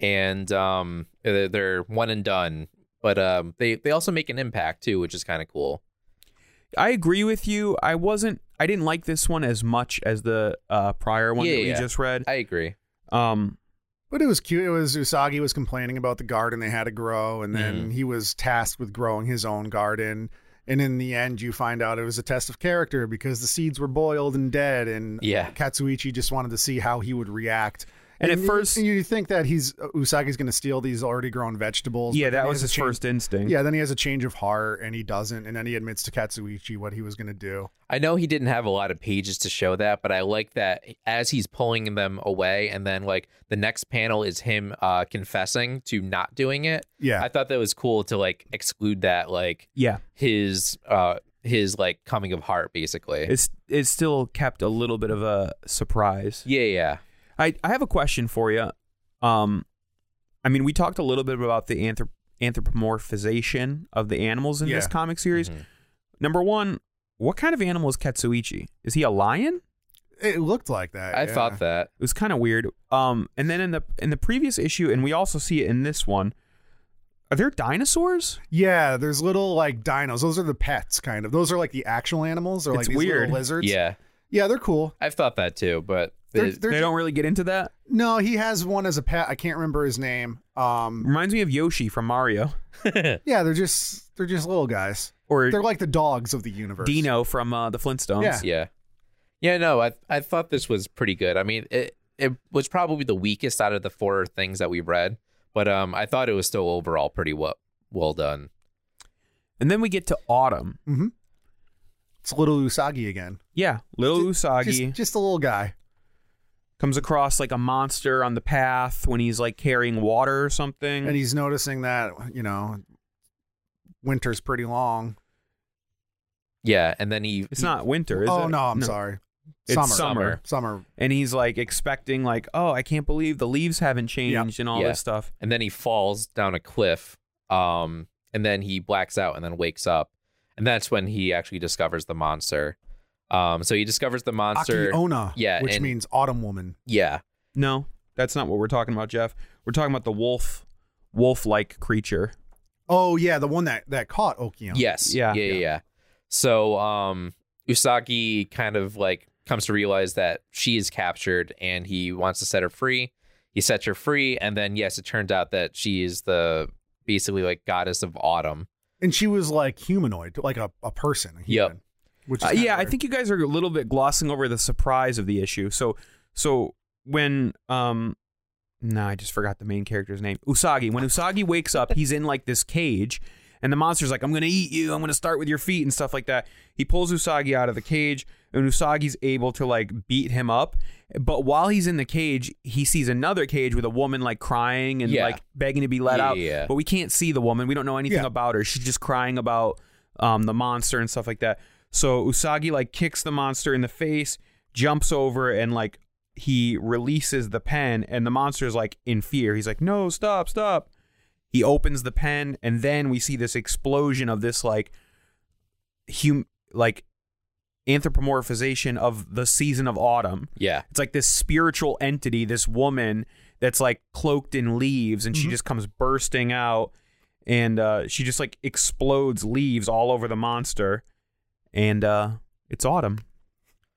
Speaker 2: and um, they're, they're one and done. But um, they they also make an impact too, which is kind of cool.
Speaker 3: I agree with you. I wasn't. I didn't like this one as much as the uh, prior one
Speaker 2: Yeah,
Speaker 3: that we
Speaker 2: yeah.
Speaker 3: just read.
Speaker 2: I agree.
Speaker 3: Um,
Speaker 1: but it was cute. It was Usagi was complaining about the garden they had to grow, and
Speaker 3: Mm-hmm.
Speaker 1: then he was tasked with growing his own garden. And in the end, you find out it was a test of character because the seeds were boiled and dead, and
Speaker 2: Yeah.
Speaker 1: Katsuichi just wanted to see how he would react.
Speaker 3: And at
Speaker 1: you-
Speaker 3: first-
Speaker 1: you think that he's Usagi's going to steal these already grown vegetables.
Speaker 3: yeah,
Speaker 1: but then
Speaker 3: that
Speaker 1: he
Speaker 3: was
Speaker 1: has a
Speaker 3: his
Speaker 1: change-
Speaker 3: first instinct.
Speaker 1: Yeah, then he has a change of heart, and he doesn't, and then he admits to Katsuichi what he was going to do.
Speaker 2: I know he didn't have a lot of pages to show that, but I like that as he's pulling them away, and then like the next panel is him uh, confessing to not doing it.
Speaker 1: Yeah,
Speaker 2: I thought that was cool to like exclude that like
Speaker 3: Yeah.
Speaker 2: his uh his like coming of heart basically.
Speaker 3: It's it's still kept a little bit of a surprise.
Speaker 2: yeah, yeah.
Speaker 3: I I have a question for you. Um, I mean, we talked a little bit about the anthrop- anthropomorphization of the animals in this
Speaker 1: Yeah. Mm-hmm.
Speaker 3: comic series. Number one, what kind of animal is Katsuichi? Is he a lion?
Speaker 1: It looked like that.
Speaker 2: I
Speaker 1: yeah.
Speaker 2: thought that.
Speaker 3: It was kind of weird. Um, and then in the in the previous issue, and we also see it in this one. Are there dinosaurs?
Speaker 1: Yeah, there's little like dinos. Those are the pets, kind of. Those are like the actual animals. They're
Speaker 3: It's
Speaker 1: like these little
Speaker 3: weird.
Speaker 1: lizards.
Speaker 2: Yeah.
Speaker 1: yeah, they're cool.
Speaker 2: I've thought that too, but
Speaker 1: They're,
Speaker 2: it-
Speaker 1: they're
Speaker 3: they don't really get into that.
Speaker 1: No, he has one as a pet. I can't remember his name. Um,
Speaker 3: Reminds me of Yoshi from Mario
Speaker 1: yeah, they're just they're just little guys.
Speaker 3: or
Speaker 1: They're like the dogs of the universe.
Speaker 3: Dino from uh, the Flintstones.
Speaker 1: Yeah.
Speaker 2: yeah. Yeah, no, I I thought this was pretty good. I mean, it it was probably the weakest out of the four things that we read, but um I thought it was still overall pretty well well done.
Speaker 3: And then we get to Autumn.
Speaker 1: It's little Usagi again.
Speaker 3: Yeah, little Usagi
Speaker 1: Just, just a little guy.
Speaker 3: comes across like a monster on the path when he's like carrying water or something.
Speaker 1: And he's noticing that, you know, winter's pretty long.
Speaker 2: Yeah, and then he
Speaker 3: it's not winter, is it?
Speaker 1: oh, no, I'm sorry.
Speaker 3: It's
Speaker 1: summer.
Speaker 3: summer.
Speaker 1: Summer.
Speaker 3: And he's like expecting like, oh, I can't believe the leaves haven't changed and all
Speaker 2: Yeah.
Speaker 3: this stuff.
Speaker 2: and then he falls down a cliff um and then he blacks out and then wakes up and that's when he actually discovers the monster um so he discovers the monster
Speaker 1: Akiona,
Speaker 2: Yeah,
Speaker 1: which
Speaker 2: and-
Speaker 1: means autumn woman.
Speaker 2: yeah
Speaker 3: No, that's not what we're talking about, Jeff. We're talking about the wolf, wolf-like creature.
Speaker 1: Oh, yeah, the one that, that caught Okion.
Speaker 2: yes
Speaker 3: Yeah.
Speaker 2: yeah yeah,
Speaker 3: Yeah.
Speaker 2: yeah. so um usagi kind of like comes to realize that she is captured and he wants to set her free he sets her free and then yes it turns out that she is the basically like goddess of autumn
Speaker 1: And she was like humanoid, like a, a person. A human, Which is
Speaker 3: Uh,
Speaker 1: kinda
Speaker 3: yeah, I
Speaker 1: weird.
Speaker 3: think you guys are a little bit glossing over the surprise of the issue. So, so when um, no, I just forgot the main character's name. Usagi. When Usagi wakes up, he's in like this cage, and the monster's like, "I'm gonna eat you. I'm gonna start with your feet and stuff like that." He pulls Usagi out of the cage, and Usagi's able to like beat him up. But while he's in the cage, he sees another cage with a woman like crying and
Speaker 2: Yeah.
Speaker 3: like begging to be let
Speaker 2: Yeah,
Speaker 3: out.
Speaker 2: yeah, yeah.
Speaker 3: But we can't see the woman. We don't know anything
Speaker 1: Yeah.
Speaker 3: about her. She's just crying about um, the monster and stuff like that. So Usagi like kicks the monster in the face, jumps over, and like he releases the pen, and the monster is like in fear. He's like, "No, stop, stop!" He opens the pen, and then we see this explosion of this like hum like anthropomorphization of the season of autumn.
Speaker 2: yeah
Speaker 3: It's like this spiritual entity, this woman that's like cloaked in leaves, and she just comes bursting out, and uh, she just like explodes leaves all over the monster, and uh, it's autumn.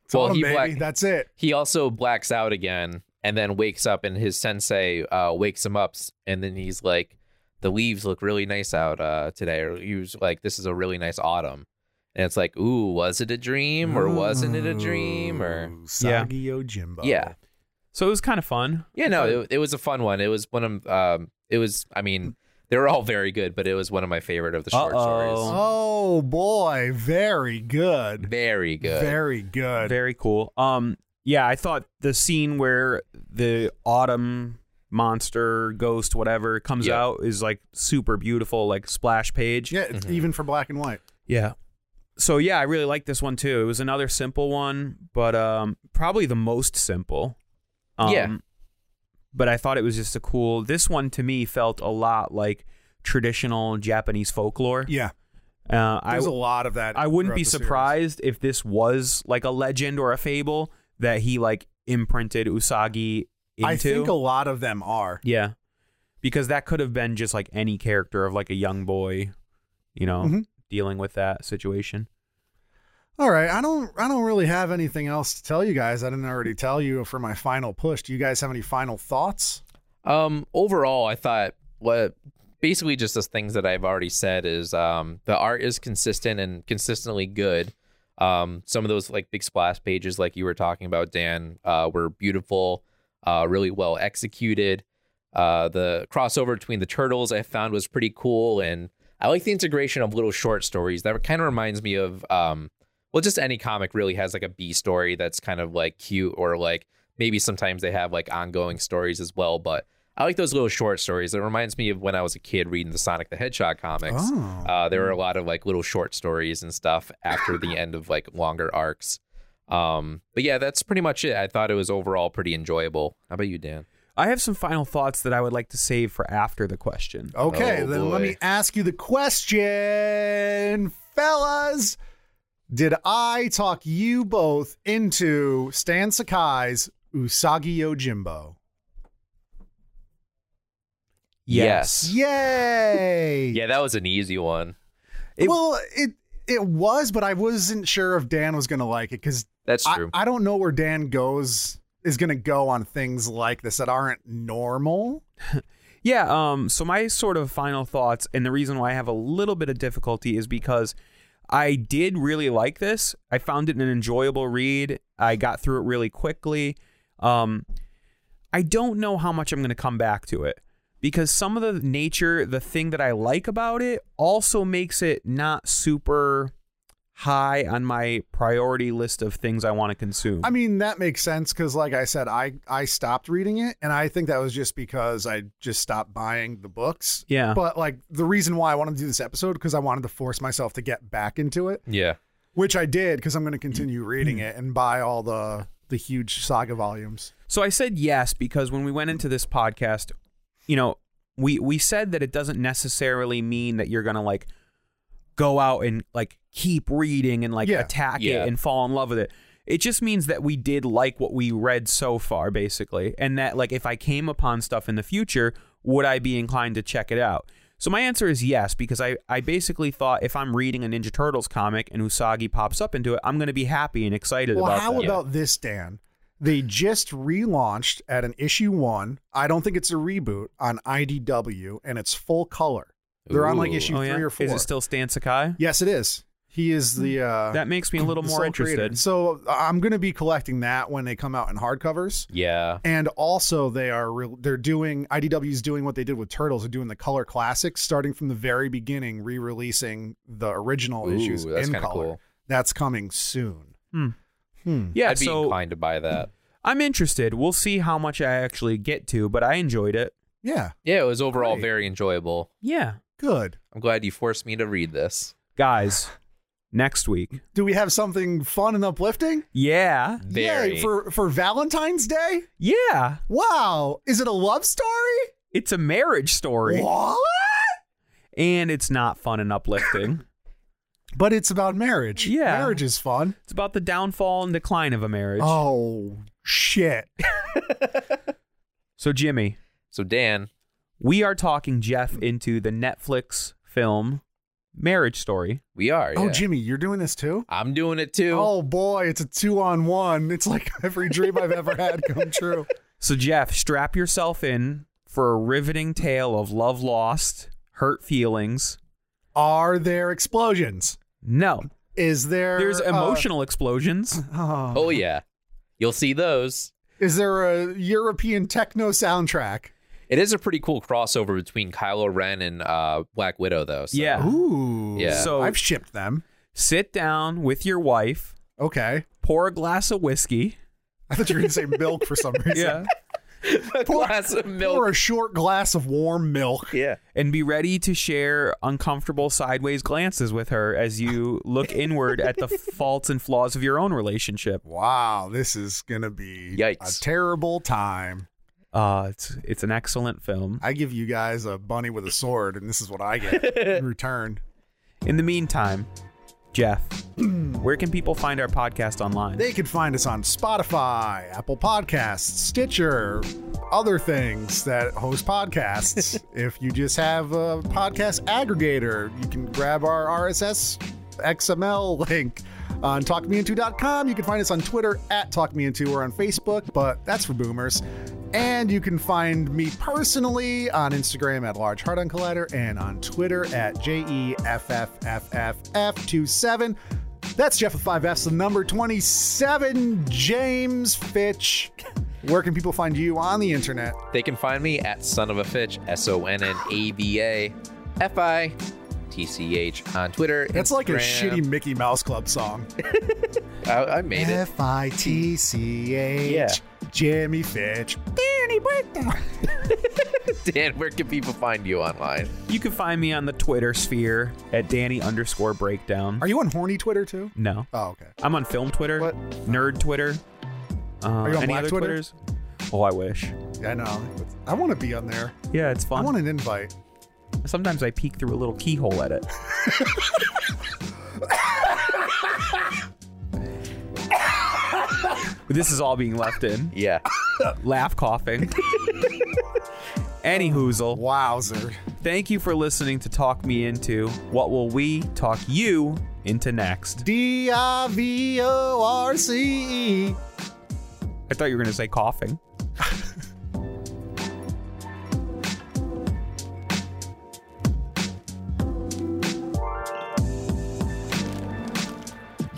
Speaker 1: It's
Speaker 2: well,
Speaker 1: autumn,
Speaker 2: he
Speaker 1: baby.
Speaker 2: black-
Speaker 1: That's it.
Speaker 2: he also blacks out again and then wakes up and his sensei uh, wakes him up s- and then he's like the leaves look really nice out uh, today or he was like this is a really nice autumn and it's like ooh was it a dream or wasn't it a dream or
Speaker 1: Mm.
Speaker 3: Yeah.
Speaker 1: Usagi Yojimbo.
Speaker 2: yeah
Speaker 3: So it was kind of fun.
Speaker 2: yeah no it, it was a fun one it was one of um it was i mean they were all very good but it was one of my favorite of the short
Speaker 3: Uh-oh.
Speaker 2: stories
Speaker 1: Oh, boy. Very good.
Speaker 2: very good
Speaker 1: Very good.
Speaker 3: Very cool. Um, yeah, I thought the scene where the autumn monster ghost whatever comes
Speaker 2: Yeah.
Speaker 3: out is like super beautiful, like splash page.
Speaker 1: yeah,
Speaker 2: Mm-hmm.
Speaker 1: it's even for black and white.
Speaker 3: Yeah. So yeah, I really like this one too. It was another simple one, but um probably the most simple. Um,
Speaker 2: Yeah.
Speaker 3: But I thought it was just a cool this one to me felt a lot like traditional Japanese folklore.
Speaker 1: Yeah.
Speaker 3: Uh, I
Speaker 1: There's a lot of that.
Speaker 3: I wouldn't
Speaker 1: throughout
Speaker 3: be
Speaker 1: the series.
Speaker 3: surprised if this was like a legend or a fable that he like imprinted Usagi into.
Speaker 1: I think a lot of them are.
Speaker 3: yeah. Because that could have been just like any character of like a young boy, you know,
Speaker 1: Mhm.
Speaker 3: dealing with that situation.
Speaker 1: All right, I don't I don't really have anything else to tell you guys. I didn't already tell you for my final push. Do you guys have any final thoughts?
Speaker 2: Um, overall, I thought what basically just the things that I've already said is um, the art is consistent and consistently good. Um, some of those like big splash pages, like you were talking about, Dan, uh, were beautiful, uh, really well executed. Uh, the crossover between the turtles I found was pretty cool, and I like the integration of little short stories. That kind of reminds me of um, well, just any comic really has like a B story that's kind of like cute or like maybe sometimes they have like ongoing stories as well, but I like those little short stories. It reminds me of when I was a kid reading the Sonic the Hedgehog comics.
Speaker 1: Oh.
Speaker 2: Uh, there were a lot of like little short stories and stuff after the end of like longer arcs. Um, but yeah, that's pretty much it. I thought it was overall pretty enjoyable. How about you, Dan?
Speaker 3: I have some final thoughts that I would like to save for after the question.
Speaker 1: Okay,
Speaker 2: Oh,
Speaker 1: then let
Speaker 2: boy.
Speaker 1: me ask you the question, fellas. Did I talk you both into Stan Sakai's Usagi Yojimbo? Yay!
Speaker 2: Yeah, that was an easy one.
Speaker 3: It-
Speaker 1: well, it it was, but I wasn't sure if Dan was going to like it because
Speaker 2: That's
Speaker 1: I,
Speaker 2: true.
Speaker 1: I don't know where Dan goes is going to go on things like this that aren't normal.
Speaker 3: Yeah, um so my sort of final thoughts and the reason why I have a little bit of difficulty is because I did really like this. I found it an enjoyable read. I got through it really quickly. Um I don't know how much I'm going to come back to it because some of the nature, the thing that I like about it also makes it not super high on my priority list of things I want to consume.
Speaker 1: I mean, that makes sense because, like I said, I I stopped reading it, and I think that was just because I just stopped buying the books.
Speaker 3: Yeah.
Speaker 1: But like the reason why I wanted to do this episode because I wanted to force myself to get back into it,
Speaker 2: yeah.
Speaker 1: which I did because I'm going to continue
Speaker 3: Mm-hmm.
Speaker 1: reading it and buy all the the huge saga volumes.
Speaker 3: So I said yes because when we went into this podcast, you know, we we said that it doesn't necessarily mean that you're gonna like go out and like keep reading and like
Speaker 1: Yeah.
Speaker 3: attack
Speaker 2: Yeah.
Speaker 3: it and fall in love with it. It just means that we did like what we read so far, basically, and that like if I came upon stuff in the future, would I be inclined to check it out? So my answer is yes because I I basically thought if I'm reading a Ninja Turtles comic and Usagi pops up into it, I'm gonna be happy and excited
Speaker 1: Well,
Speaker 3: about
Speaker 1: how
Speaker 3: that.
Speaker 1: about this, Dan? They just relaunched at an issue one. I don't think it's a reboot on IDW, and it's full color. They're on like
Speaker 2: Ooh.
Speaker 1: issue
Speaker 3: Oh,
Speaker 1: three
Speaker 3: yeah?
Speaker 1: or four.
Speaker 3: Is it still Hmm. Stan Sakai?
Speaker 1: yes, it is. He is the uh,
Speaker 3: That makes me a little
Speaker 1: the
Speaker 3: more
Speaker 1: sole
Speaker 3: interested.
Speaker 1: creator. So uh, I'm going to be collecting that when they come out in hardcovers.
Speaker 2: Yeah.
Speaker 1: And also, they are re- they're doing IDW's doing what they did with Turtles. They're doing the color classics, starting from the very beginning, re-releasing the original
Speaker 2: Ooh,
Speaker 1: issues
Speaker 2: that's
Speaker 1: in
Speaker 2: kinda
Speaker 1: color.
Speaker 2: cool.
Speaker 1: That's coming soon.
Speaker 3: Hmm. Yeah,
Speaker 2: I'd be
Speaker 3: so
Speaker 2: inclined to buy that.
Speaker 3: I'm interested. We'll see how much I actually get to, but I enjoyed it.
Speaker 1: Yeah,
Speaker 2: Yeah, it was overall
Speaker 1: Great.
Speaker 2: very enjoyable.
Speaker 3: Yeah.
Speaker 1: good.
Speaker 2: I'm glad you forced me to read this.
Speaker 3: Guys, next week.
Speaker 1: Do we have something fun and uplifting?
Speaker 3: Yeah.
Speaker 2: Very.
Speaker 1: Yay, for for Valentine's Day.
Speaker 3: Yeah.
Speaker 1: Wow, is it a love story?
Speaker 3: It's a marriage story
Speaker 1: What?
Speaker 3: and it's not fun and uplifting.
Speaker 1: But it's about marriage.
Speaker 3: Yeah.
Speaker 1: marriage is fun.
Speaker 3: it's about the downfall and decline of a marriage.
Speaker 1: Oh shit.
Speaker 3: So Jimmy,
Speaker 2: so Dan,
Speaker 3: we are talking Jeff into the Netflix film Marriage Story.
Speaker 2: we are.
Speaker 1: Oh,
Speaker 2: yeah.
Speaker 1: Jimmy, you're doing this too?
Speaker 2: I'm doing it too.
Speaker 1: Oh boy, it's a two on one. It's like every dream I've ever had come true.
Speaker 3: So, Jeff, strap yourself in for a riveting tale of love lost, hurt feelings.
Speaker 1: Are there explosions?
Speaker 3: No,
Speaker 1: Is there
Speaker 3: there's
Speaker 1: uh,
Speaker 3: emotional explosions.
Speaker 1: oh,
Speaker 2: Oh yeah. You'll see those.
Speaker 1: is there a European techno soundtrack?
Speaker 2: It is a pretty cool crossover between Kylo Ren and uh, Black Widow, though. so-
Speaker 3: Yeah.
Speaker 1: Ooh.
Speaker 2: Yeah.
Speaker 3: So-
Speaker 1: I've shipped them.
Speaker 3: Sit down with your wife,
Speaker 1: Okay.
Speaker 3: pour a glass of whiskey.
Speaker 1: I thought you were gonna say milk for some reason.
Speaker 2: a glass of
Speaker 1: Or
Speaker 2: milk.
Speaker 1: a short glass of warm milk.
Speaker 2: Yeah.
Speaker 3: And be ready to share uncomfortable sideways glances with her as you look inward at the faults and flaws of your own relationship.
Speaker 1: Wow, this is gonna be
Speaker 2: Yikes.
Speaker 1: a terrible time.
Speaker 3: Uh, it's it's an excellent film.
Speaker 1: I give you guys a bunny with a sword, and this is what I get in return.
Speaker 3: In the meantime, Jeff, where can people find our podcast online?
Speaker 1: They can find us on Spotify, Apple Podcasts, Stitcher, other things that host podcasts. if you just have a podcast aggregator, you can grab our RSS XML link on talkmeinto.com. You can find us on Twitter at talkmeinto or on Facebook, but that's for boomers. And you can find me personally on Instagram at Large Hard on Collider and on Twitter at E JEFFFFF27. That's Jeff with five F's, the number 27, James Fitch. Where can people find you on the internet?
Speaker 2: They can find me at Son of a Fitch, S O N N A V A F I T C H on Twitter.
Speaker 1: That's like a
Speaker 2: Instagram.
Speaker 1: shitty Mickey Mouse Club song.
Speaker 2: I, I made it.
Speaker 1: F I T C H.
Speaker 2: Yeah.
Speaker 1: Jimmy Fitch.
Speaker 2: Dan, where can people find you online?
Speaker 3: You can find me on the Twitter sphere at Danny underscore breakdown.
Speaker 4: Are you on horny Twitter too?
Speaker 3: No.
Speaker 4: Oh, okay.
Speaker 3: I'm on film Twitter,
Speaker 4: What?
Speaker 3: nerd Twitter. Uh,
Speaker 4: you on
Speaker 3: any
Speaker 4: Black
Speaker 3: other
Speaker 4: Twitter?
Speaker 3: Twitters? Oh, I wish.
Speaker 4: Yeah, I know. I want to be on there.
Speaker 3: Yeah, it's
Speaker 4: I
Speaker 3: fun.
Speaker 4: want an invite.
Speaker 3: Sometimes I peek through a little keyhole at it. this is all being left in.
Speaker 2: Yeah.
Speaker 3: Laugh coughing. Any hoozle.
Speaker 4: Wowzer.
Speaker 3: Thank you for listening to Talk Me Into. What will we talk you into next?
Speaker 4: D I V O R C E.
Speaker 3: I thought you were going to say coughing.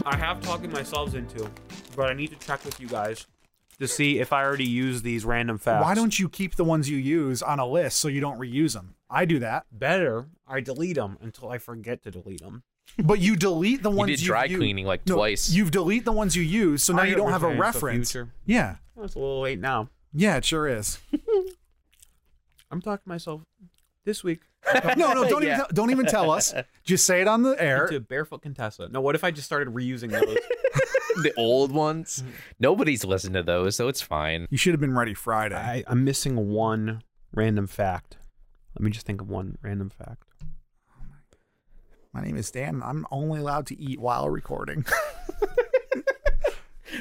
Speaker 3: I have talking myself into, but I need to check with you guys to see if I already used these random facts.
Speaker 1: Why don't you keep the ones you use on a list so you don't reuse them? I do that.
Speaker 3: better I delete them until I forget to delete them?
Speaker 1: But you delete the ones
Speaker 2: did
Speaker 1: you've
Speaker 2: dry
Speaker 1: used-
Speaker 2: cleaning, like,
Speaker 1: No,
Speaker 2: twice.
Speaker 1: You've delete the ones you use, so now
Speaker 3: I
Speaker 1: you don't have a
Speaker 3: understand, so
Speaker 1: reference.
Speaker 3: future.
Speaker 1: Yeah,
Speaker 3: Well, it's a little late now.
Speaker 1: yeah, it sure is.
Speaker 3: I'm talking to myself this week
Speaker 1: No, no, don't even
Speaker 2: Yeah.
Speaker 1: tell- don't even tell us. Just say it on the air.
Speaker 3: into barefoot Contessa. No, what if I just started reusing those?
Speaker 2: the old ones. Nobody's listened to those, so it's fine.
Speaker 1: You should have been ready Friday.
Speaker 3: I, I'm missing one random fact. Let me just think of one random fact.
Speaker 1: My name is Dan. and I'm only allowed to eat while recording.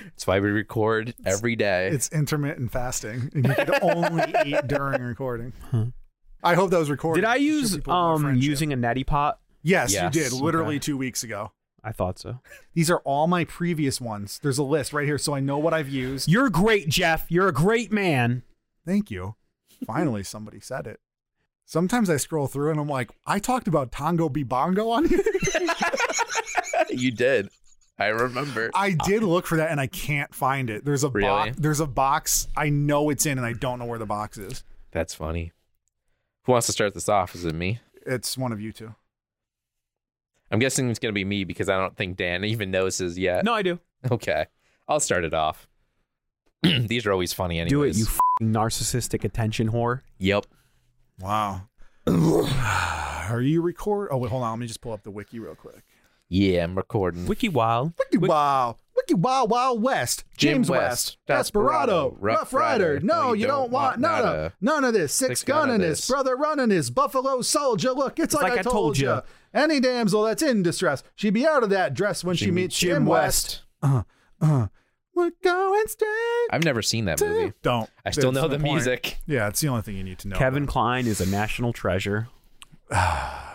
Speaker 2: That's why we record every day.
Speaker 1: it's intermittent fasting, and you can only eat during recording. I hope that was recorded.
Speaker 3: Did I
Speaker 1: Show
Speaker 3: use
Speaker 1: people our
Speaker 3: um
Speaker 1: friendship.
Speaker 3: using a neti pot?
Speaker 1: Yes,
Speaker 2: Yes.
Speaker 1: you did. Literally
Speaker 3: Okay.
Speaker 1: two weeks ago.
Speaker 3: I thought so.
Speaker 1: These are all my previous ones. There's a list right here, so I know what I've used.
Speaker 3: You're great, Jeff. You're a great man.
Speaker 1: Thank you. Finally, somebody said it. Sometimes I scroll through and I'm like, I talked about Tongo Bibongo on here.
Speaker 2: you did. I remember.
Speaker 1: I did look for that and I can't find it. There's a
Speaker 2: Really?
Speaker 1: box. There's a box. I know it's in and I don't know where the box is.
Speaker 2: That's funny. Who wants to start this off? Is it me?
Speaker 1: It's one of you two.
Speaker 2: I'm guessing it's gonna be me because I don't think Dan even knows his yet.
Speaker 3: No, I do.
Speaker 2: Okay. I'll start it off. These are always funny anyways.
Speaker 3: Do it, you fing narcissistic attention whore.
Speaker 2: Yep.
Speaker 1: Wow. Are you record? Oh wait, hold on. Let me just pull up the wiki real quick.
Speaker 2: Yeah, I'm recording.
Speaker 3: Wiki Wild.
Speaker 1: Wiki Wow. Wiki Wild Wild West.
Speaker 2: Jim
Speaker 1: James West.
Speaker 2: West,
Speaker 1: Desperado.
Speaker 2: Desperado,
Speaker 1: Rough Rider. No, you don't want nada.
Speaker 2: nada.
Speaker 1: None of this. Six,
Speaker 2: gun
Speaker 1: gun
Speaker 2: of
Speaker 1: in this.
Speaker 2: this.
Speaker 1: Brother running this. Buffalo soldier. Look, it's, like, I told you. Any damsel that's in distress, she be out of that dress when she meets Jim, West. Uh, we're going straight.
Speaker 2: I've never seen that
Speaker 1: to-
Speaker 2: movie.
Speaker 1: Don't.
Speaker 2: I still
Speaker 1: That's
Speaker 2: know the
Speaker 1: point.
Speaker 2: music.
Speaker 1: Yeah, it's the only thing you need to know.
Speaker 3: Kevin
Speaker 1: about
Speaker 3: Klein is a national treasure.
Speaker 1: it.